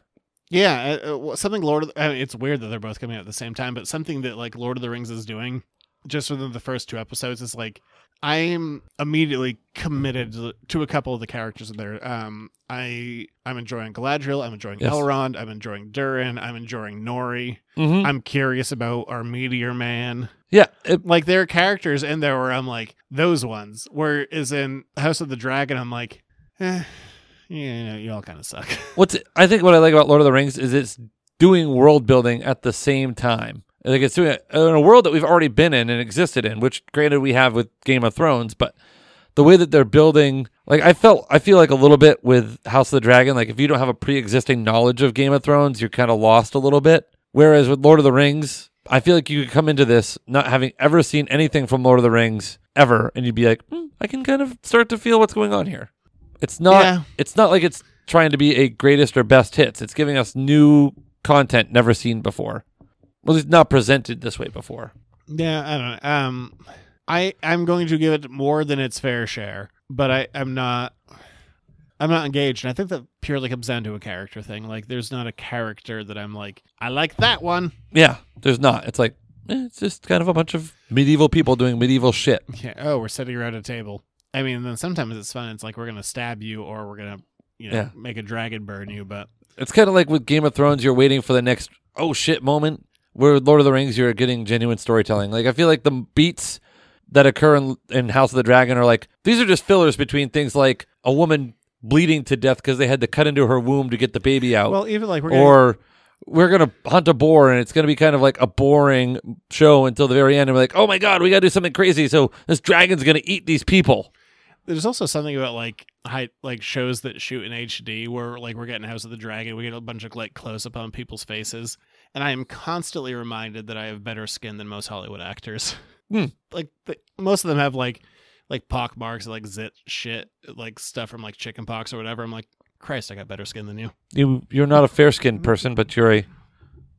E: Yeah, uh, uh, wha- something Lord of the, I mean, it's weird that they're both coming out at the same time, but something that like Lord of the Rings is doing just within the first two episodes is like I'm immediately committed to- to a couple of the characters in there. Um, I I'm enjoying Galadriel, I'm enjoying
F: Yes.
E: Elrond, I'm enjoying Durin, I'm enjoying Nori.
F: Mhm.
E: I'm curious about our Meteor Man.
F: Yeah. it-
E: like there are characters in there where I'm like those ones. Whereas in House of the Dragon, I'm like, eh, yeah, you, know, you all kind of suck.
F: what's I think what I like about Lord of the Rings is it's doing world building at the same time. Like it's doing it in a world that we've already been in and existed in, which granted we have with Game of Thrones, but the way that they're building, like I felt, I feel like a little bit with House of the Dragon. Like if you don't have a pre-existing knowledge of Game of Thrones, you're kind of lost a little bit. Whereas with Lord of the Rings, I feel like you could come into this not having ever seen anything from Lord of the Rings ever, and you'd be like, "Hmm, I can kind of start to feel what's going on here. It's not.
E: Yeah.
F: It's not like it's trying to be a greatest or best hits. It's giving us new content never seen before. Well, it's not presented this way before.
E: Yeah, I don't know. Um, I I'm going to give it more than its fair share, but I I'm not. I'm not engaged, and I think that purely comes down to a character thing. Like, there's not a character that I'm like, I like that one.
F: Yeah, there's not. It's like eh, it's just kind of a bunch of medieval people doing medieval shit.
E: Yeah. Oh, we're sitting around a table. I mean, then sometimes it's fun. It's like we're gonna stab you, or we're gonna, you know,
F: Yeah.
E: make a dragon burn you. But
F: It's kind of like with Game of Thrones, you're waiting for the next oh shit moment. Where with Lord of the Rings, you're getting genuine storytelling. Like I feel like the beats that occur in, in House of the Dragon are like these are just fillers between things like a woman bleeding to death because they had to cut into her womb to get the baby out.
E: Well, even like we're getting-
F: Oh. or we're gonna hunt a boar and it's gonna be kind of like a boring show until the very end. And we're like, oh my god, we gotta do something crazy. So this dragon's gonna eat these people.
E: there's also something about like high like shows that shoot in HD where like we're getting House of the Dragon, we get a bunch of like close up on people's faces, and I am constantly reminded that I have better skin than most Hollywood actors.
F: Hmm.
E: Like the, most of them have like like pock marks, like zit shit, like stuff from like chicken pox or whatever. I'm like, Christ, I got better skin than you.
F: You you're not a fair
E: Mm-hmm.
F: skinned person, but you're a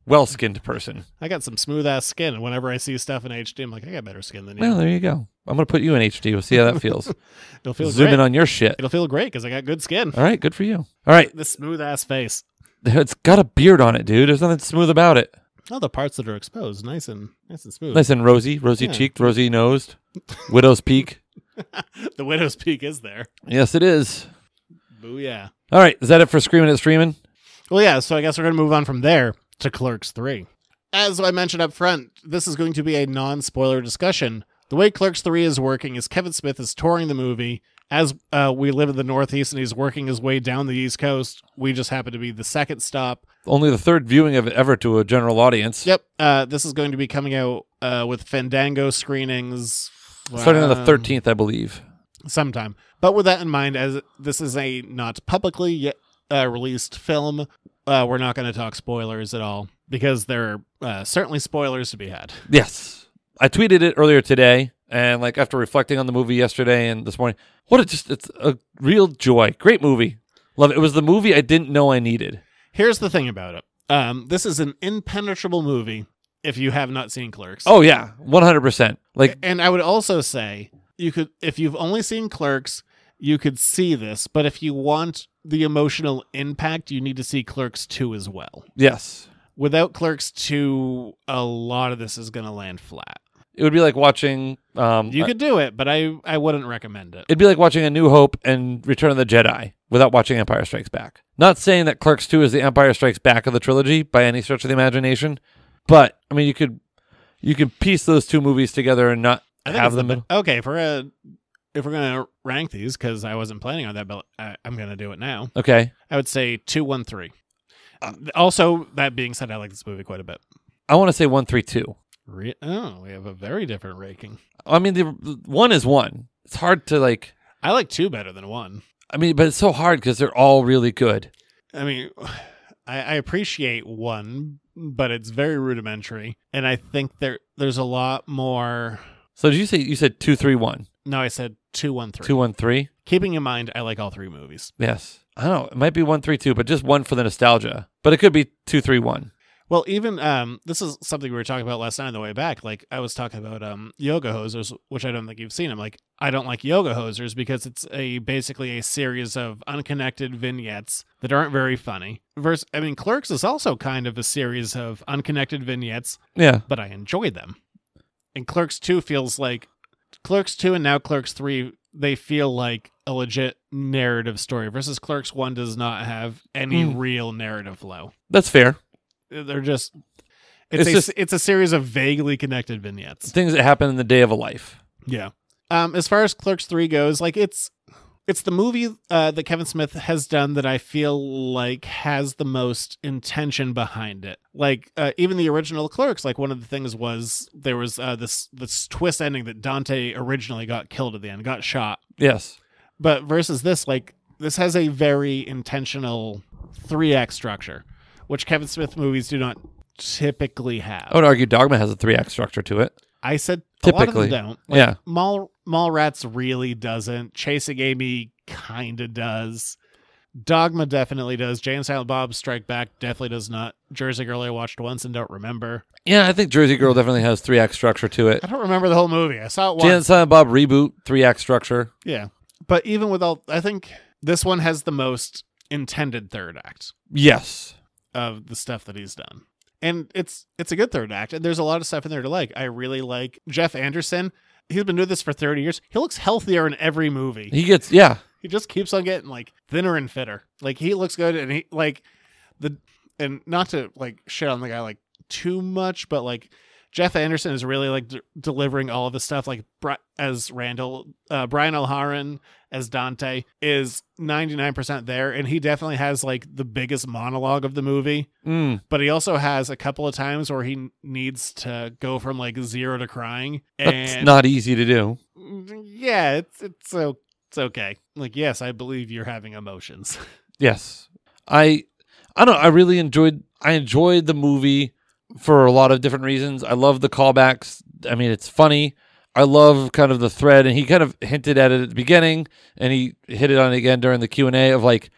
F: well skinned person.
E: I got some smooth ass skin, and whenever I see stuff in HD, I'm like, I got better skin than you.
F: Well, there you go. I'm gonna put you in HD. We'll see how that feels.
E: It'll feel
F: zoom in
E: great.
F: on Uh, your shit.
E: It'll feel great because I got good skin.
F: All right, good for you. All right,
E: this smooth ass face.
F: it's got a beard on it, dude. There's nothing smooth about it.
E: All the parts that are exposed, nice and nice and smooth.
F: Nice and rosy, rosy
E: Yeah.
F: cheeked, rosy nosed, widow's peak.
E: The widow's peak is there.
F: Yes, it is.
E: Booyah.
F: All right, is that it for screaming at streaming?
E: Well, yeah, so I guess we're going to move on from there to Clerks 3. As I mentioned up front, this is going to be a non spoiler discussion. The way Clerks 3 is working is Kevin Smith is touring the movie. As uh, we live in the Northeast and he's working his way down the East Coast, we just happen to be the second stop.
F: Only the third viewing of it ever to a general audience.
E: Yep. Uh, this is going to be coming out uh, with Fandango screenings.
F: Starting on the
E: um,
F: 13th, I believe.
E: sometime. But with that in mind, as this is a not publicly yet uh, released film, uh, we're not going to talk spoilers at all because there are uh, certainly spoilers to be had.
F: Yes. I tweeted it earlier today and like after reflecting on the movie yesterday and this morning, what a just it's a real joy. Great movie. Love it. It was the movie I didn't know I needed.
E: Here's the thing about it um, this is an impenetrable movie if you have not seen Clerks.
F: Oh yeah, 100%. Like
E: and I would also say you could if you've only seen Clerks, you could see this, but if you want the emotional impact, you need to see Clerks 2 as well.
F: yes.
E: Without Clerks 2, a lot of this is going to land flat.
F: It would be like watching um
E: You could do it, but I I wouldn't recommend it.
F: It'd be like watching A New Hope and Return of the Jedi without watching Empire Strikes Back. Not saying that Clerks 2 is the Empire Strikes Back of the trilogy by any stretch of the imagination, but I mean you could you could piece those two movies together and not
E: I think
F: have
E: it's the
F: them in-
E: be- okay, if we're gonna, if we're gonna rank these, because I wasn't planning on that, but I, I'm gonna do it now.
F: Okay.
E: I would say two, one, three.
F: Uh,
E: also, that being said, I like this movie quite a bit.
F: I want to say 132.
E: Re- oh, we have a very different ranking.
F: I mean, the one is one. It's hard to like.
E: I like two better than one.
F: I mean, but it's so hard because they're all really good.
E: I mean, I, I appreciate one, but it's very rudimentary, and I think there there's a lot more.
F: So did you say you said two three one
E: No, I said two, one, three.
F: two one three?
E: Keeping in mind, I like all three movies.
F: Yes. I don't know. It might be one three two, but just one for the nostalgia. But it could be two three one.
E: Well, even um, this is something we were talking about last night on the way back. Like I was talking about um, yoga hosers, which I don't think you've seen. I'm like, I don't like yoga hosers because it's a basically a series of unconnected vignettes that aren't very funny. Versus, I mean, Clerks is also kind of a series of unconnected vignettes.
F: Yeah.
E: but I enjoy them. And Clerks Two feels like Clerks Two and now Clerks Three. They feel like a legit narrative story versus Clerks One does not have any
F: Mm.
E: real narrative flow
F: That's fair.
E: they're just
F: It's
E: it's, a,
F: just-
E: it's a series of vaguely connected vignettes.
F: Things that happen in the day of a life.
E: Yeah. Um, as far as Clerks Three goes, like it's it's the movie uh, that Kevin Smith has done that I feel like has the most intention behind it. Like uh, even the original Clerks, like one of the things was there was uh, this this twist ending that Dante originally got killed at the end, got shot.
F: Yes.
E: But versus this, like this has a very intentional three act structure, which Kevin Smith movies do not typically have.
F: I would argue Dogma has a three act structure to it.
E: I said
F: Typically.
E: a lot of them don't.
F: Yeah.
E: Mall Mall Rats really doesn't. Chasing Amy kinda does. Dogma definitely does. Jay and Silent Bob Strike Back definitely does not. Jersey Girl I watched once and don't remember.
F: Yeah, I think Jersey Girl definitely has three act structure to it.
E: I don't remember the whole movie. I saw it once.
F: Jay and Silent Bob reboot three act structure.
E: Yeah. But even with all, I think this one has the most intended third act
F: Yes.
E: of the stuff that he's done. And it's it's a good third act, and there's a lot of stuff in there to like. I really like Jeff Anderson. He's been doing this for 30 years. He looks healthier in every movie.
F: He gets yeah.
E: he just keeps on getting like thinner and fitter. Like he looks good and he like the and not to like shit on the guy like too much, but like Jeff Anderson is really like d- delivering all of the stuff like Bri- as Randall uh, Brian O'Haran as Dante is 99% there and he definitely has like the biggest monologue of the movie,
F: Mm.
E: but he also has a couple of times where he n- needs to go from like zero to crying and
F: That's not easy to do.
E: Mm, yeah, it's it's o- it's okay. Like, yes, I believe you're having emotions.
F: Yes. I I don't know, I really enjoyed I enjoyed the movie for a lot of different reasons. I love the callbacks. I mean, it's funny. I love kind of the thread and he kind of hinted at it at the beginning and he hit it on it again during the Q&A of like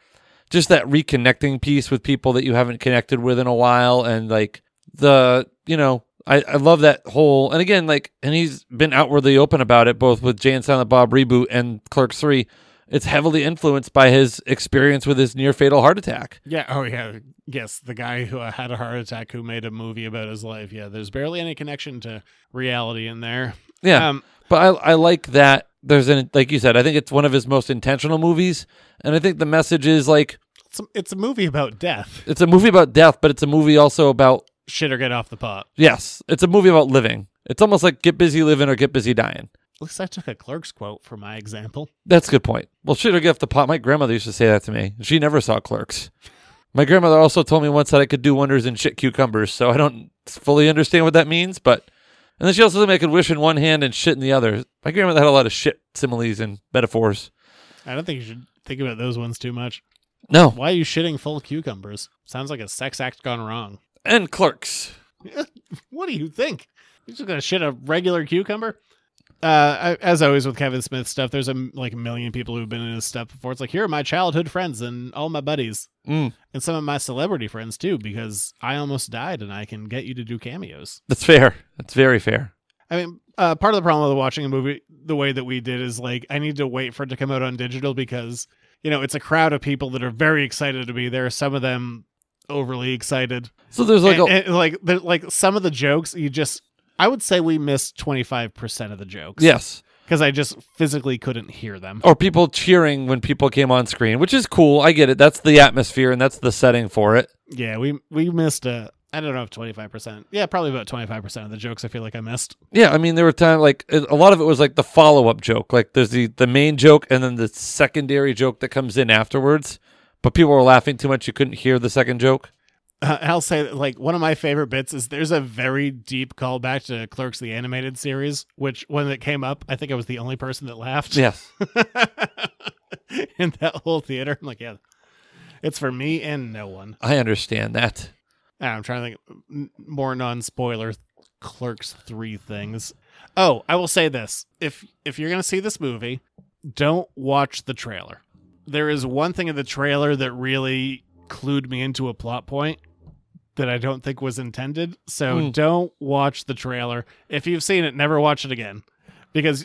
F: just that reconnecting piece with people that you haven't connected with in a while and like the you know I, I love that whole and again like and he's been outwardly open about it both with Jay and Silent Bob reboot and Clerks 3 it's heavily influenced by his experience with his near fatal heart attack
E: yeah. Oh yeah. Yes, the guy who uh, had a heart attack who made a movie about his life. Yeah, there's barely any connection to reality in there.
F: yeah but I, I like that there's an like you said I think it's one of his most intentional movies and I think the message is like
E: It's a, it's a movie about death.
F: it's a movie about death but it's a movie also about
E: Shit or get off the pot.
F: yes it's a movie about living it's almost like get busy living or get busy dying
E: At least I took a clerk's quote for my example.
F: That's a good point. Well, shit or get off the pot. My grandmother used to say that to me. She never saw clerks. My grandmother also told me once that I could do wonders in shit cucumbers, so I don't fully understand what that means, but. And then she also told me I could wish in one hand and shit in the other. My grandmother had a lot of shit similes and metaphors.
E: I don't think you should think about those ones too much.
F: No.
E: Why are you shitting full cucumbers? Sounds like a sex act gone wrong.
F: And clerks.
E: What do you think? You're just gonna shit a regular cucumber? Uh, I, as always with Kevin Smith stuff, there's a m- like a million people who've been in his stuff before. It's like here are my childhood friends and all my buddies,
F: Mm.
E: and some of my celebrity friends too, because I almost died and I can get you to do cameos.
F: That's fair. That's very fair.
E: I mean, uh, part of the problem with watching a movie the way that we did is like I need to wait for it to come out on digital because you know it's a crowd of people that are very excited to be there. Some of them overly excited.
F: So there's like
E: And-
F: a-
E: and, like there, like some of the jokes you just I would say we missed twenty five percent of the jokes.
F: Yes.
E: because I just physically couldn't hear them.
F: Or people cheering when people came on screen, which is cool. I get it. That's the atmosphere and that's the setting for it.
E: Yeah, we we missed a. I don't know if twenty five percent. Yeah, probably about twenty five percent of the jokes. I feel like I missed.
F: Yeah, I mean, there were times like a lot of it was like the follow up joke. Like there's the the main joke and then the secondary joke that comes in afterwards. But people were laughing too much; you couldn't hear the second joke.
E: Uh, I'll say that, like one of my favorite bits is there's a very deep callback to Clerks the animated series, which when it came up, I think I was the only person that laughed.
F: Yes.
E: in that whole theater, I'm like, yeah, it's for me and no one.
F: I understand that.
E: Uh, I'm trying to think of m- more non-spoiler Clerks three things. Oh, I will say this: if if you're gonna see this movie, don't watch the trailer. There is one thing in the trailer that really clued me into a plot point that I don't think was intended. So
F: Hmm.
E: don't watch the trailer. If you've seen it, never watch it again, because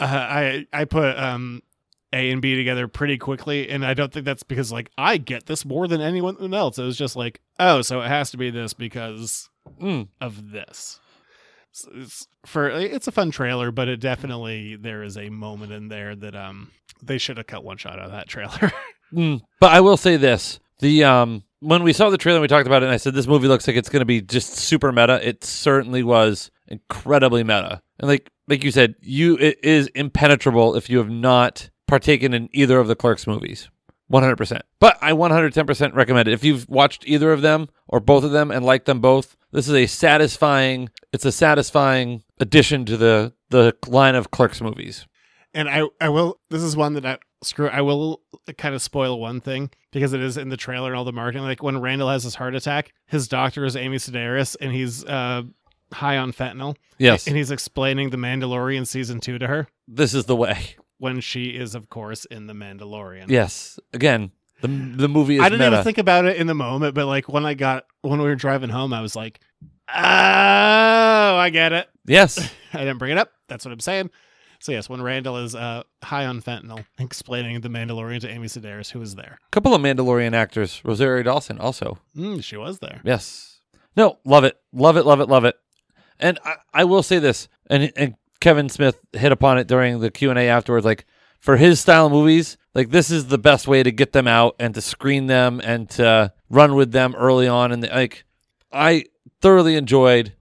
E: uh, I I put um a and B together pretty quickly. And I don't think that's because like I get this more than anyone else. It was just like, oh, so it has to be this because
F: Mm.
E: of this. So it's for it's a fun trailer, but it definitely there is a moment in there that um they should have cut one shot out of that trailer.
F: Mm. But I will say this: the um when we saw the trailer, we talked about it, and I said this movie looks like it's going to be just super meta. It certainly was incredibly meta, and like like you said, you it is impenetrable if you have not partaken in either of the Clerks movies. 100%. But I 110% recommend it. If you've watched either of them or both of them and liked them both, this is a satisfying it's a satisfying addition to the the line of Clerks movies.
E: and I I will this is one that I screw I will kind of spoil one thing because it is in the trailer and all the marketing like when Randall has his heart attack his doctor is Amy Sedaris and he's uh high on fentanyl
F: Yes.
E: and he's explaining the Mandalorian season 2 to her
F: This is the way.
E: when she is of course in the Mandalorian
F: Yes. Again, The, the movie is
E: I didn't
F: meta.
E: even think about it in the moment, but like when I got when we were driving home, I was like, "Oh, I get it."
F: Yes.
E: I didn't bring it up. That's what I'm saying. So yes, when Randall is uh, high on fentanyl, explaining the Mandalorian to Amy Sedaris, who was there.
F: A couple of Mandalorian actors, Rosario Dawson also.
E: Mm, she was there.
F: Yes. No, love it. Love it, love it, love it. And I, I will say this, and, and Kevin Smith hit upon it during the Q&A afterwards, like for his style of movies, like this is the best way to get them out and to screen them and to run with them early on. And like, I thoroughly enjoyed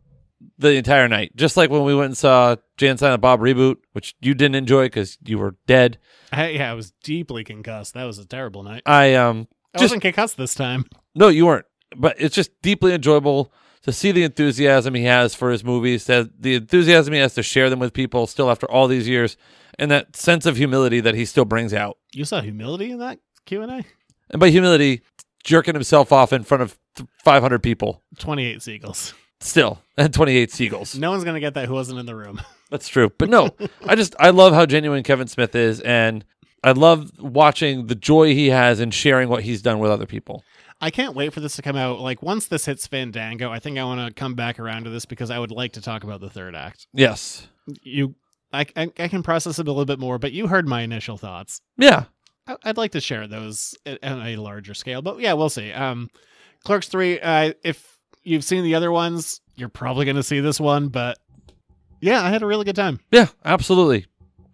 F: the entire night. Just like when we went and saw Jan Silent Bob reboot, which you didn't enjoy because you were dead.
E: I, yeah, I was deeply concussed. That was a terrible night.
F: I um
E: I wasn't concussed this time.
F: No, you weren't. But it's just deeply enjoyable to see the enthusiasm he has for his movies, that the enthusiasm he has to share them with people still after all these years, and that sense of humility that he still brings out.
E: You saw humility in that Q and A.
F: And by humility, jerking himself off in front of 500 people.
E: 28 seagulls.
F: Still, and 28 seagulls.
E: No one's gonna get that who wasn't in the room.
F: That's true. But no, I just I love how genuine Kevin Smith is and I love watching the joy he has in sharing what he's done with other people.
E: I can't wait for this to come out. Like once this hits Fandango, I think I want to come back around to this because I would like to talk about the third act.
F: Yes.
E: You, I, I, I can process it a little bit more, but you heard my initial thoughts.
F: Yeah.
E: I, I'd like to share those at- on a larger scale, but yeah, we'll see. Um, Clerks Three. Uh, if you've seen the other ones, you're probably going to see this one, but yeah, I had a really good time.
F: Yeah, absolutely.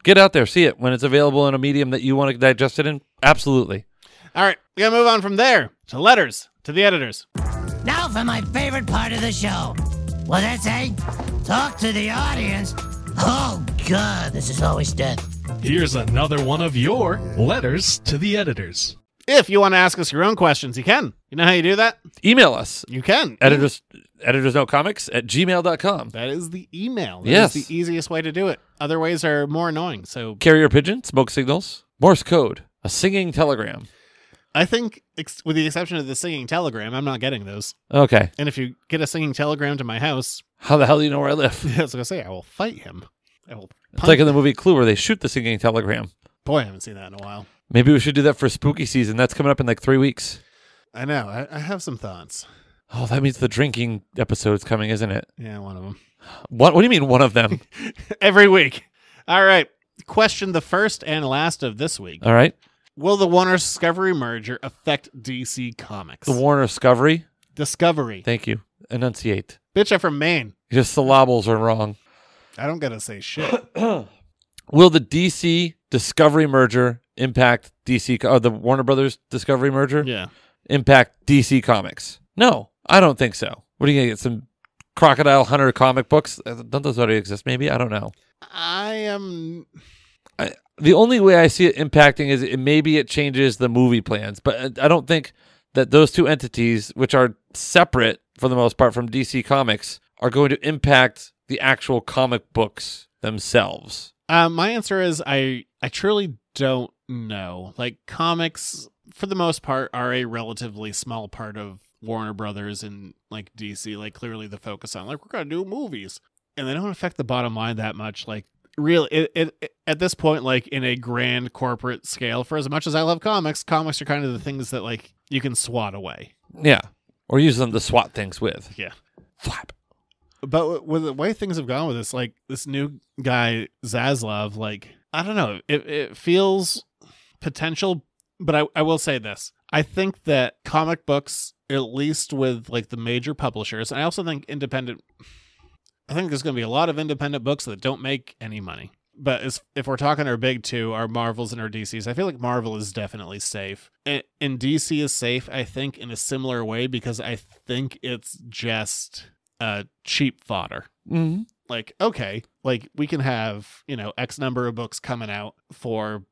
F: Get out there, see it when it's available in a medium that you want to digest it in. Absolutely.
E: All right, we gotta move on from there to letters to the editors.
O: Now for my favorite part of the show. Well, that's a talk to the audience. Oh God, this is always death.
J: Here's another one of your letters to the editors.
E: If you want to ask us your own questions, you can. You know how you do that?
F: Email us.
E: You can.
F: Editors editors note comics at gmail.com.
E: That is the email. That is
F: Yes.
E: the easiest way to do it. Other ways are more annoying. So
F: Carrier pigeon, smoke signals, Morse code, a singing telegram.
E: I think, ex- with the exception of the singing telegram, I'm not getting those.
F: Okay.
E: And if you get a singing telegram to my house,
F: How the hell do you know where I live?
E: I was gonna say I will fight him. I will.
F: It's like in the movie Clue where they shoot the singing telegram.
E: Boy, I haven't seen that in a while.
F: Maybe we should do that for spooky season. That's coming up in like three weeks.
E: I know. I, I have some thoughts.
F: Oh, that means the drinking episode's coming, isn't it?
E: Yeah, one of them.
F: What what do you mean one of them?
E: Every week. All right. Question the first and last of this week.
F: All right.
E: Will the Warner Discovery merger affect DC Comics?
F: The Warner Discovery.
E: Discovery.
F: Thank you. Enunciate.
E: Bitch, I'm from Maine.
F: Your syllables are wrong.
E: I don't gotta say shit.
F: Will the DC Discovery merger impact DC co- or the Warner Brothers Discovery merger?
E: Yeah.
F: Impact DC Comics? No, I don't think so. What are you gonna get? Some Crocodile Hunter comic books? Uh, Don't those already exist? Maybe I don't know.
E: I am.
F: I, the only way I see it impacting is it, maybe it changes the movie plans, but uh, I I don't think that those two entities, which are separate for the most part from DC Comics, are going to impact the actual comic books themselves.
E: Uh, my answer is I. I truly don't know. Like comics, for the most part, are a relatively small part of Warner Brothers and like DC. Like clearly the focus on like we're gonna do movies, and they don't affect the bottom line that much. Like really, it, it, it at this point, like in a grand corporate scale. For as much as I love comics, comics are kind of the things that like you can swat away.
F: Yeah, or use them to swat things with.
E: Yeah.
F: Flap.
E: But with the way things have gone with this, like this new guy Zaslav, like I don't know, it it feels potential. But I, I will say this: I think that comic books, at least with like the major publishers, and I also think independent. I think there's going to be a lot of independent books that don't make any money. But as, if we're talking our big two, our Marvels and our DCs, I feel like Marvel is definitely safe. And, and DC is safe, I think, in a similar way because I think it's just uh, cheap fodder.
F: Mhm.
E: Like, okay, like we can have, you know, X number of books coming out for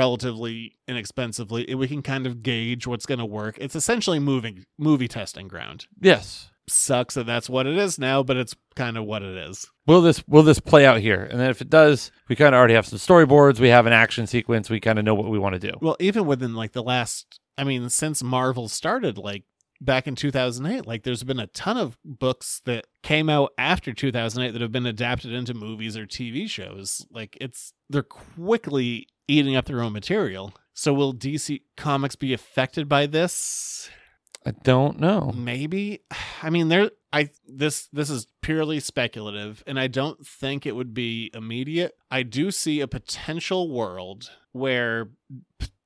E: relatively inexpensively and we can kind of gauge what's going to work. It's essentially moving movie testing ground.
F: Yes.
E: Sucks that that's what it is now, but it's kind of what it is.
F: Will this will this play out here? And then if it does, we kind of already have some storyboards. We have an action sequence. We kind of know what we want to do.
E: Well, even within like the last, I mean, since Marvel started, like back in 2008, like there's been a ton of books that came out after 2008 that have been adapted into movies or TV shows. Like it's, they're quickly eating up their own material. So will DC Comics be affected by this?
F: I don't know.
E: Mm. Maybe. I mean, there. I this this is purely speculative, and I don't think it would be immediate. I do see a potential world where,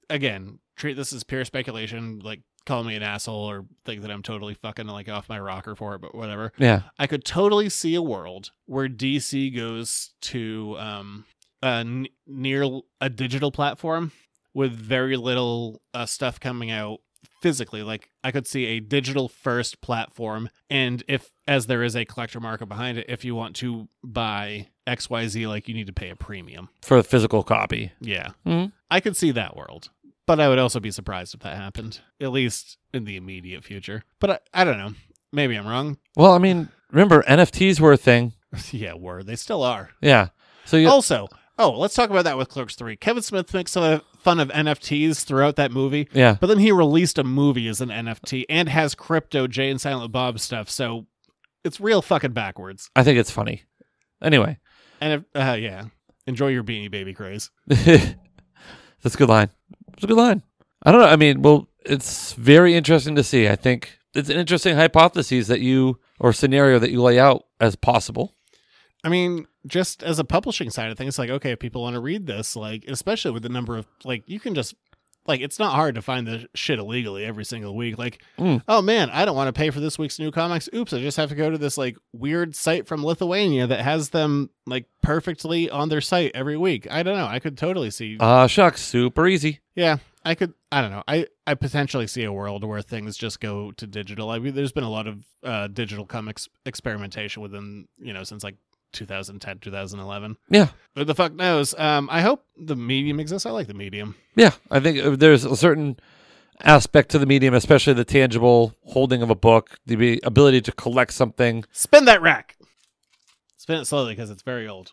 E: again, treat this as pure speculation. Like call me an asshole or think that I'm totally fucking like off my rocker for it, but whatever.
F: Yeah.
E: I could totally see a world where DC goes to um a n- near a digital platform with very little uh, stuff coming out physically like i could see a digital first platform and if as there is a collector market behind it if you want to buy xyz like you need to pay a premium
F: for a physical copy
E: yeah
F: Mhm.
E: i could see that world but i would also be surprised if that happened at least in the immediate future but i, I don't know maybe i'm wrong
F: Well, I mean, remember NFTs were a thing.
E: yeah were they still are
F: Yeah. So you
E: also oh let's talk about that with clerks 3 kevin smith makes some of- fun of nfts throughout that movie
F: Yeah.
E: but then he released a movie as an nft and has crypto jay and silent bob stuff so it's real fucking backwards
F: I think it's funny. Anyway,
E: and if, uh, yeah enjoy your beanie baby craze
F: that's a good line. It's a good line. I don't know. I mean, well, it's very interesting to see. I think it's an interesting hypothesis that you or scenario that you lay out as possible.
E: I mean, just as a publishing side of things, like, okay, if people want to read this, like, especially with the number of, like, you can just, like, it's not hard to find the shit illegally every single week. Like,
F: Mm.
E: oh man, I don't want to pay for this week's new comics. Oops, I just have to go to this, like, weird site from Lithuania that has them, like, perfectly on their site every week. I don't know. I could totally see.
F: Uh shucks, super easy.
E: yeah. I could, I don't know. I, I potentially see a world where things just go to digital. I mean, there's been a lot of uh, digital comics experimentation within, you know, since like 2010, 2011
F: Yeah.
E: who the fuck knows? Um, I hope the medium exists. I like the medium.
F: Yeah, I think uh, there's a certain aspect to the medium, especially the tangible holding of a book, the be- ability to collect something.
E: Spin that rack. Spin it slowly because it's very old.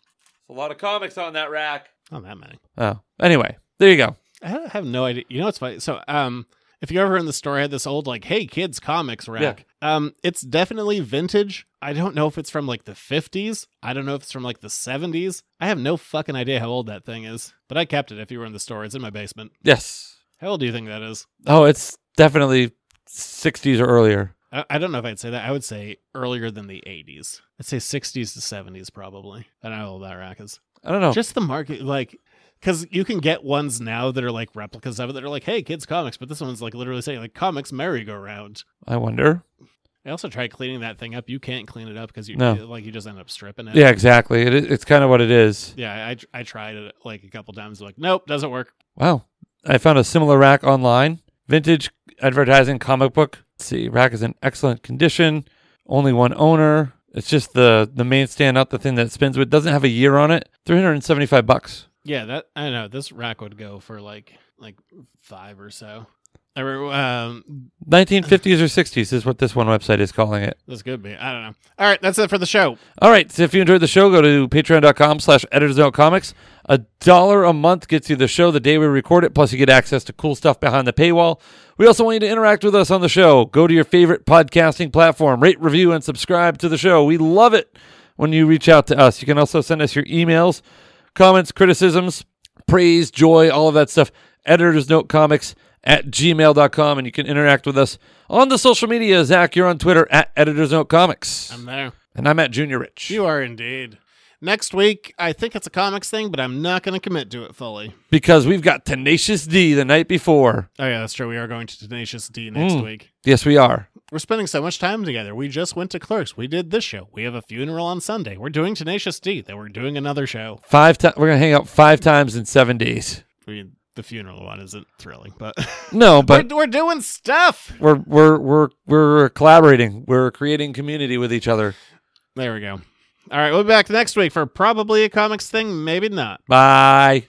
F: A lot of comics on that rack.
E: Not that many.
F: Oh, anyway, there you go.
E: I ha- have no idea. You know what's funny? So, um, if you ever in the store I had this old like, hey kids, comics rack. Um, it's definitely vintage. I don't know if it's from like the 50s. I don't know if it's from like the 70s. I have no fucking idea how old that thing is. But I kept it. If you were in the store, it's in my basement.
F: Yes.
E: How old do you think that is?
F: Oh, it's definitely 60s or earlier.
E: I, I don't know if I'd say that. I would say earlier than the 80s. I'd say 60s to 70s probably. I don't know how old that rack is.
F: I don't know.
E: Just the market, like, because you can get ones now that are like replicas of it that are like, hey, kids' comics, but this one's like literally saying, like, comics merry-go-round.
F: I wonder.
E: I also tried cleaning that thing up. You can't clean it up because you,
F: No.
E: like, you just end up stripping it.
F: Yeah, exactly. It, it's kind of what it is.
E: Yeah, I, I tried it like a couple times. Like, nope, doesn't work.
F: Wow. I found a similar rack online. Vintage advertising comic book. Let's see. Rack is in excellent condition. Only one owner. It's just the the main stand out, the thing that it spins with. Doesn't have a year on it. 375 bucks.
E: Yeah, that I don't know. This rack would go for like like five or so. I remember, um,
F: 1950s or 60s is what this one website is calling it.
E: this could be. I don't know. All right, that's it for the show.
F: All right. So if you enjoyed the show, go to patreon.com slash editors note comics. A dollar a month gets you the show the day we record it, plus you get access to cool stuff behind the paywall. We also want you to interact with us on the show. Go to your favorite podcasting platform, rate, review, and subscribe to the show. We love it when you reach out to us. You can also send us your emails, comments, criticisms, praise, joy, all of that stuff. Editors note comics at gmail.com, and you can interact with us on the social media. Zach, you're on Twitter at editors note comics.
E: I'm there.
F: And I'm at Junior Rich.
E: You are indeed. Next week, I think it's a comics thing, but I'm not going to commit to it fully.
F: because we've got Tenacious D the night before.
E: Oh yeah, that's true. We are going to Tenacious D next
F: Mm.
E: week.
F: Yes, we are.
E: We're spending so much time together. We just went to Clerks. We did this show. We have a funeral on Sunday. We're doing Tenacious D. Then we're doing another show.
F: Five times. We're gonna hang out five times in seven days.
E: I mean, the funeral one isn't thrilling, but
F: No, but
E: we're, we're doing stuff.
F: we're we're we're we're collaborating. We're creating community with each other.
E: There we go. All right, we'll be back next week for probably a comics thing, maybe not.
F: Bye.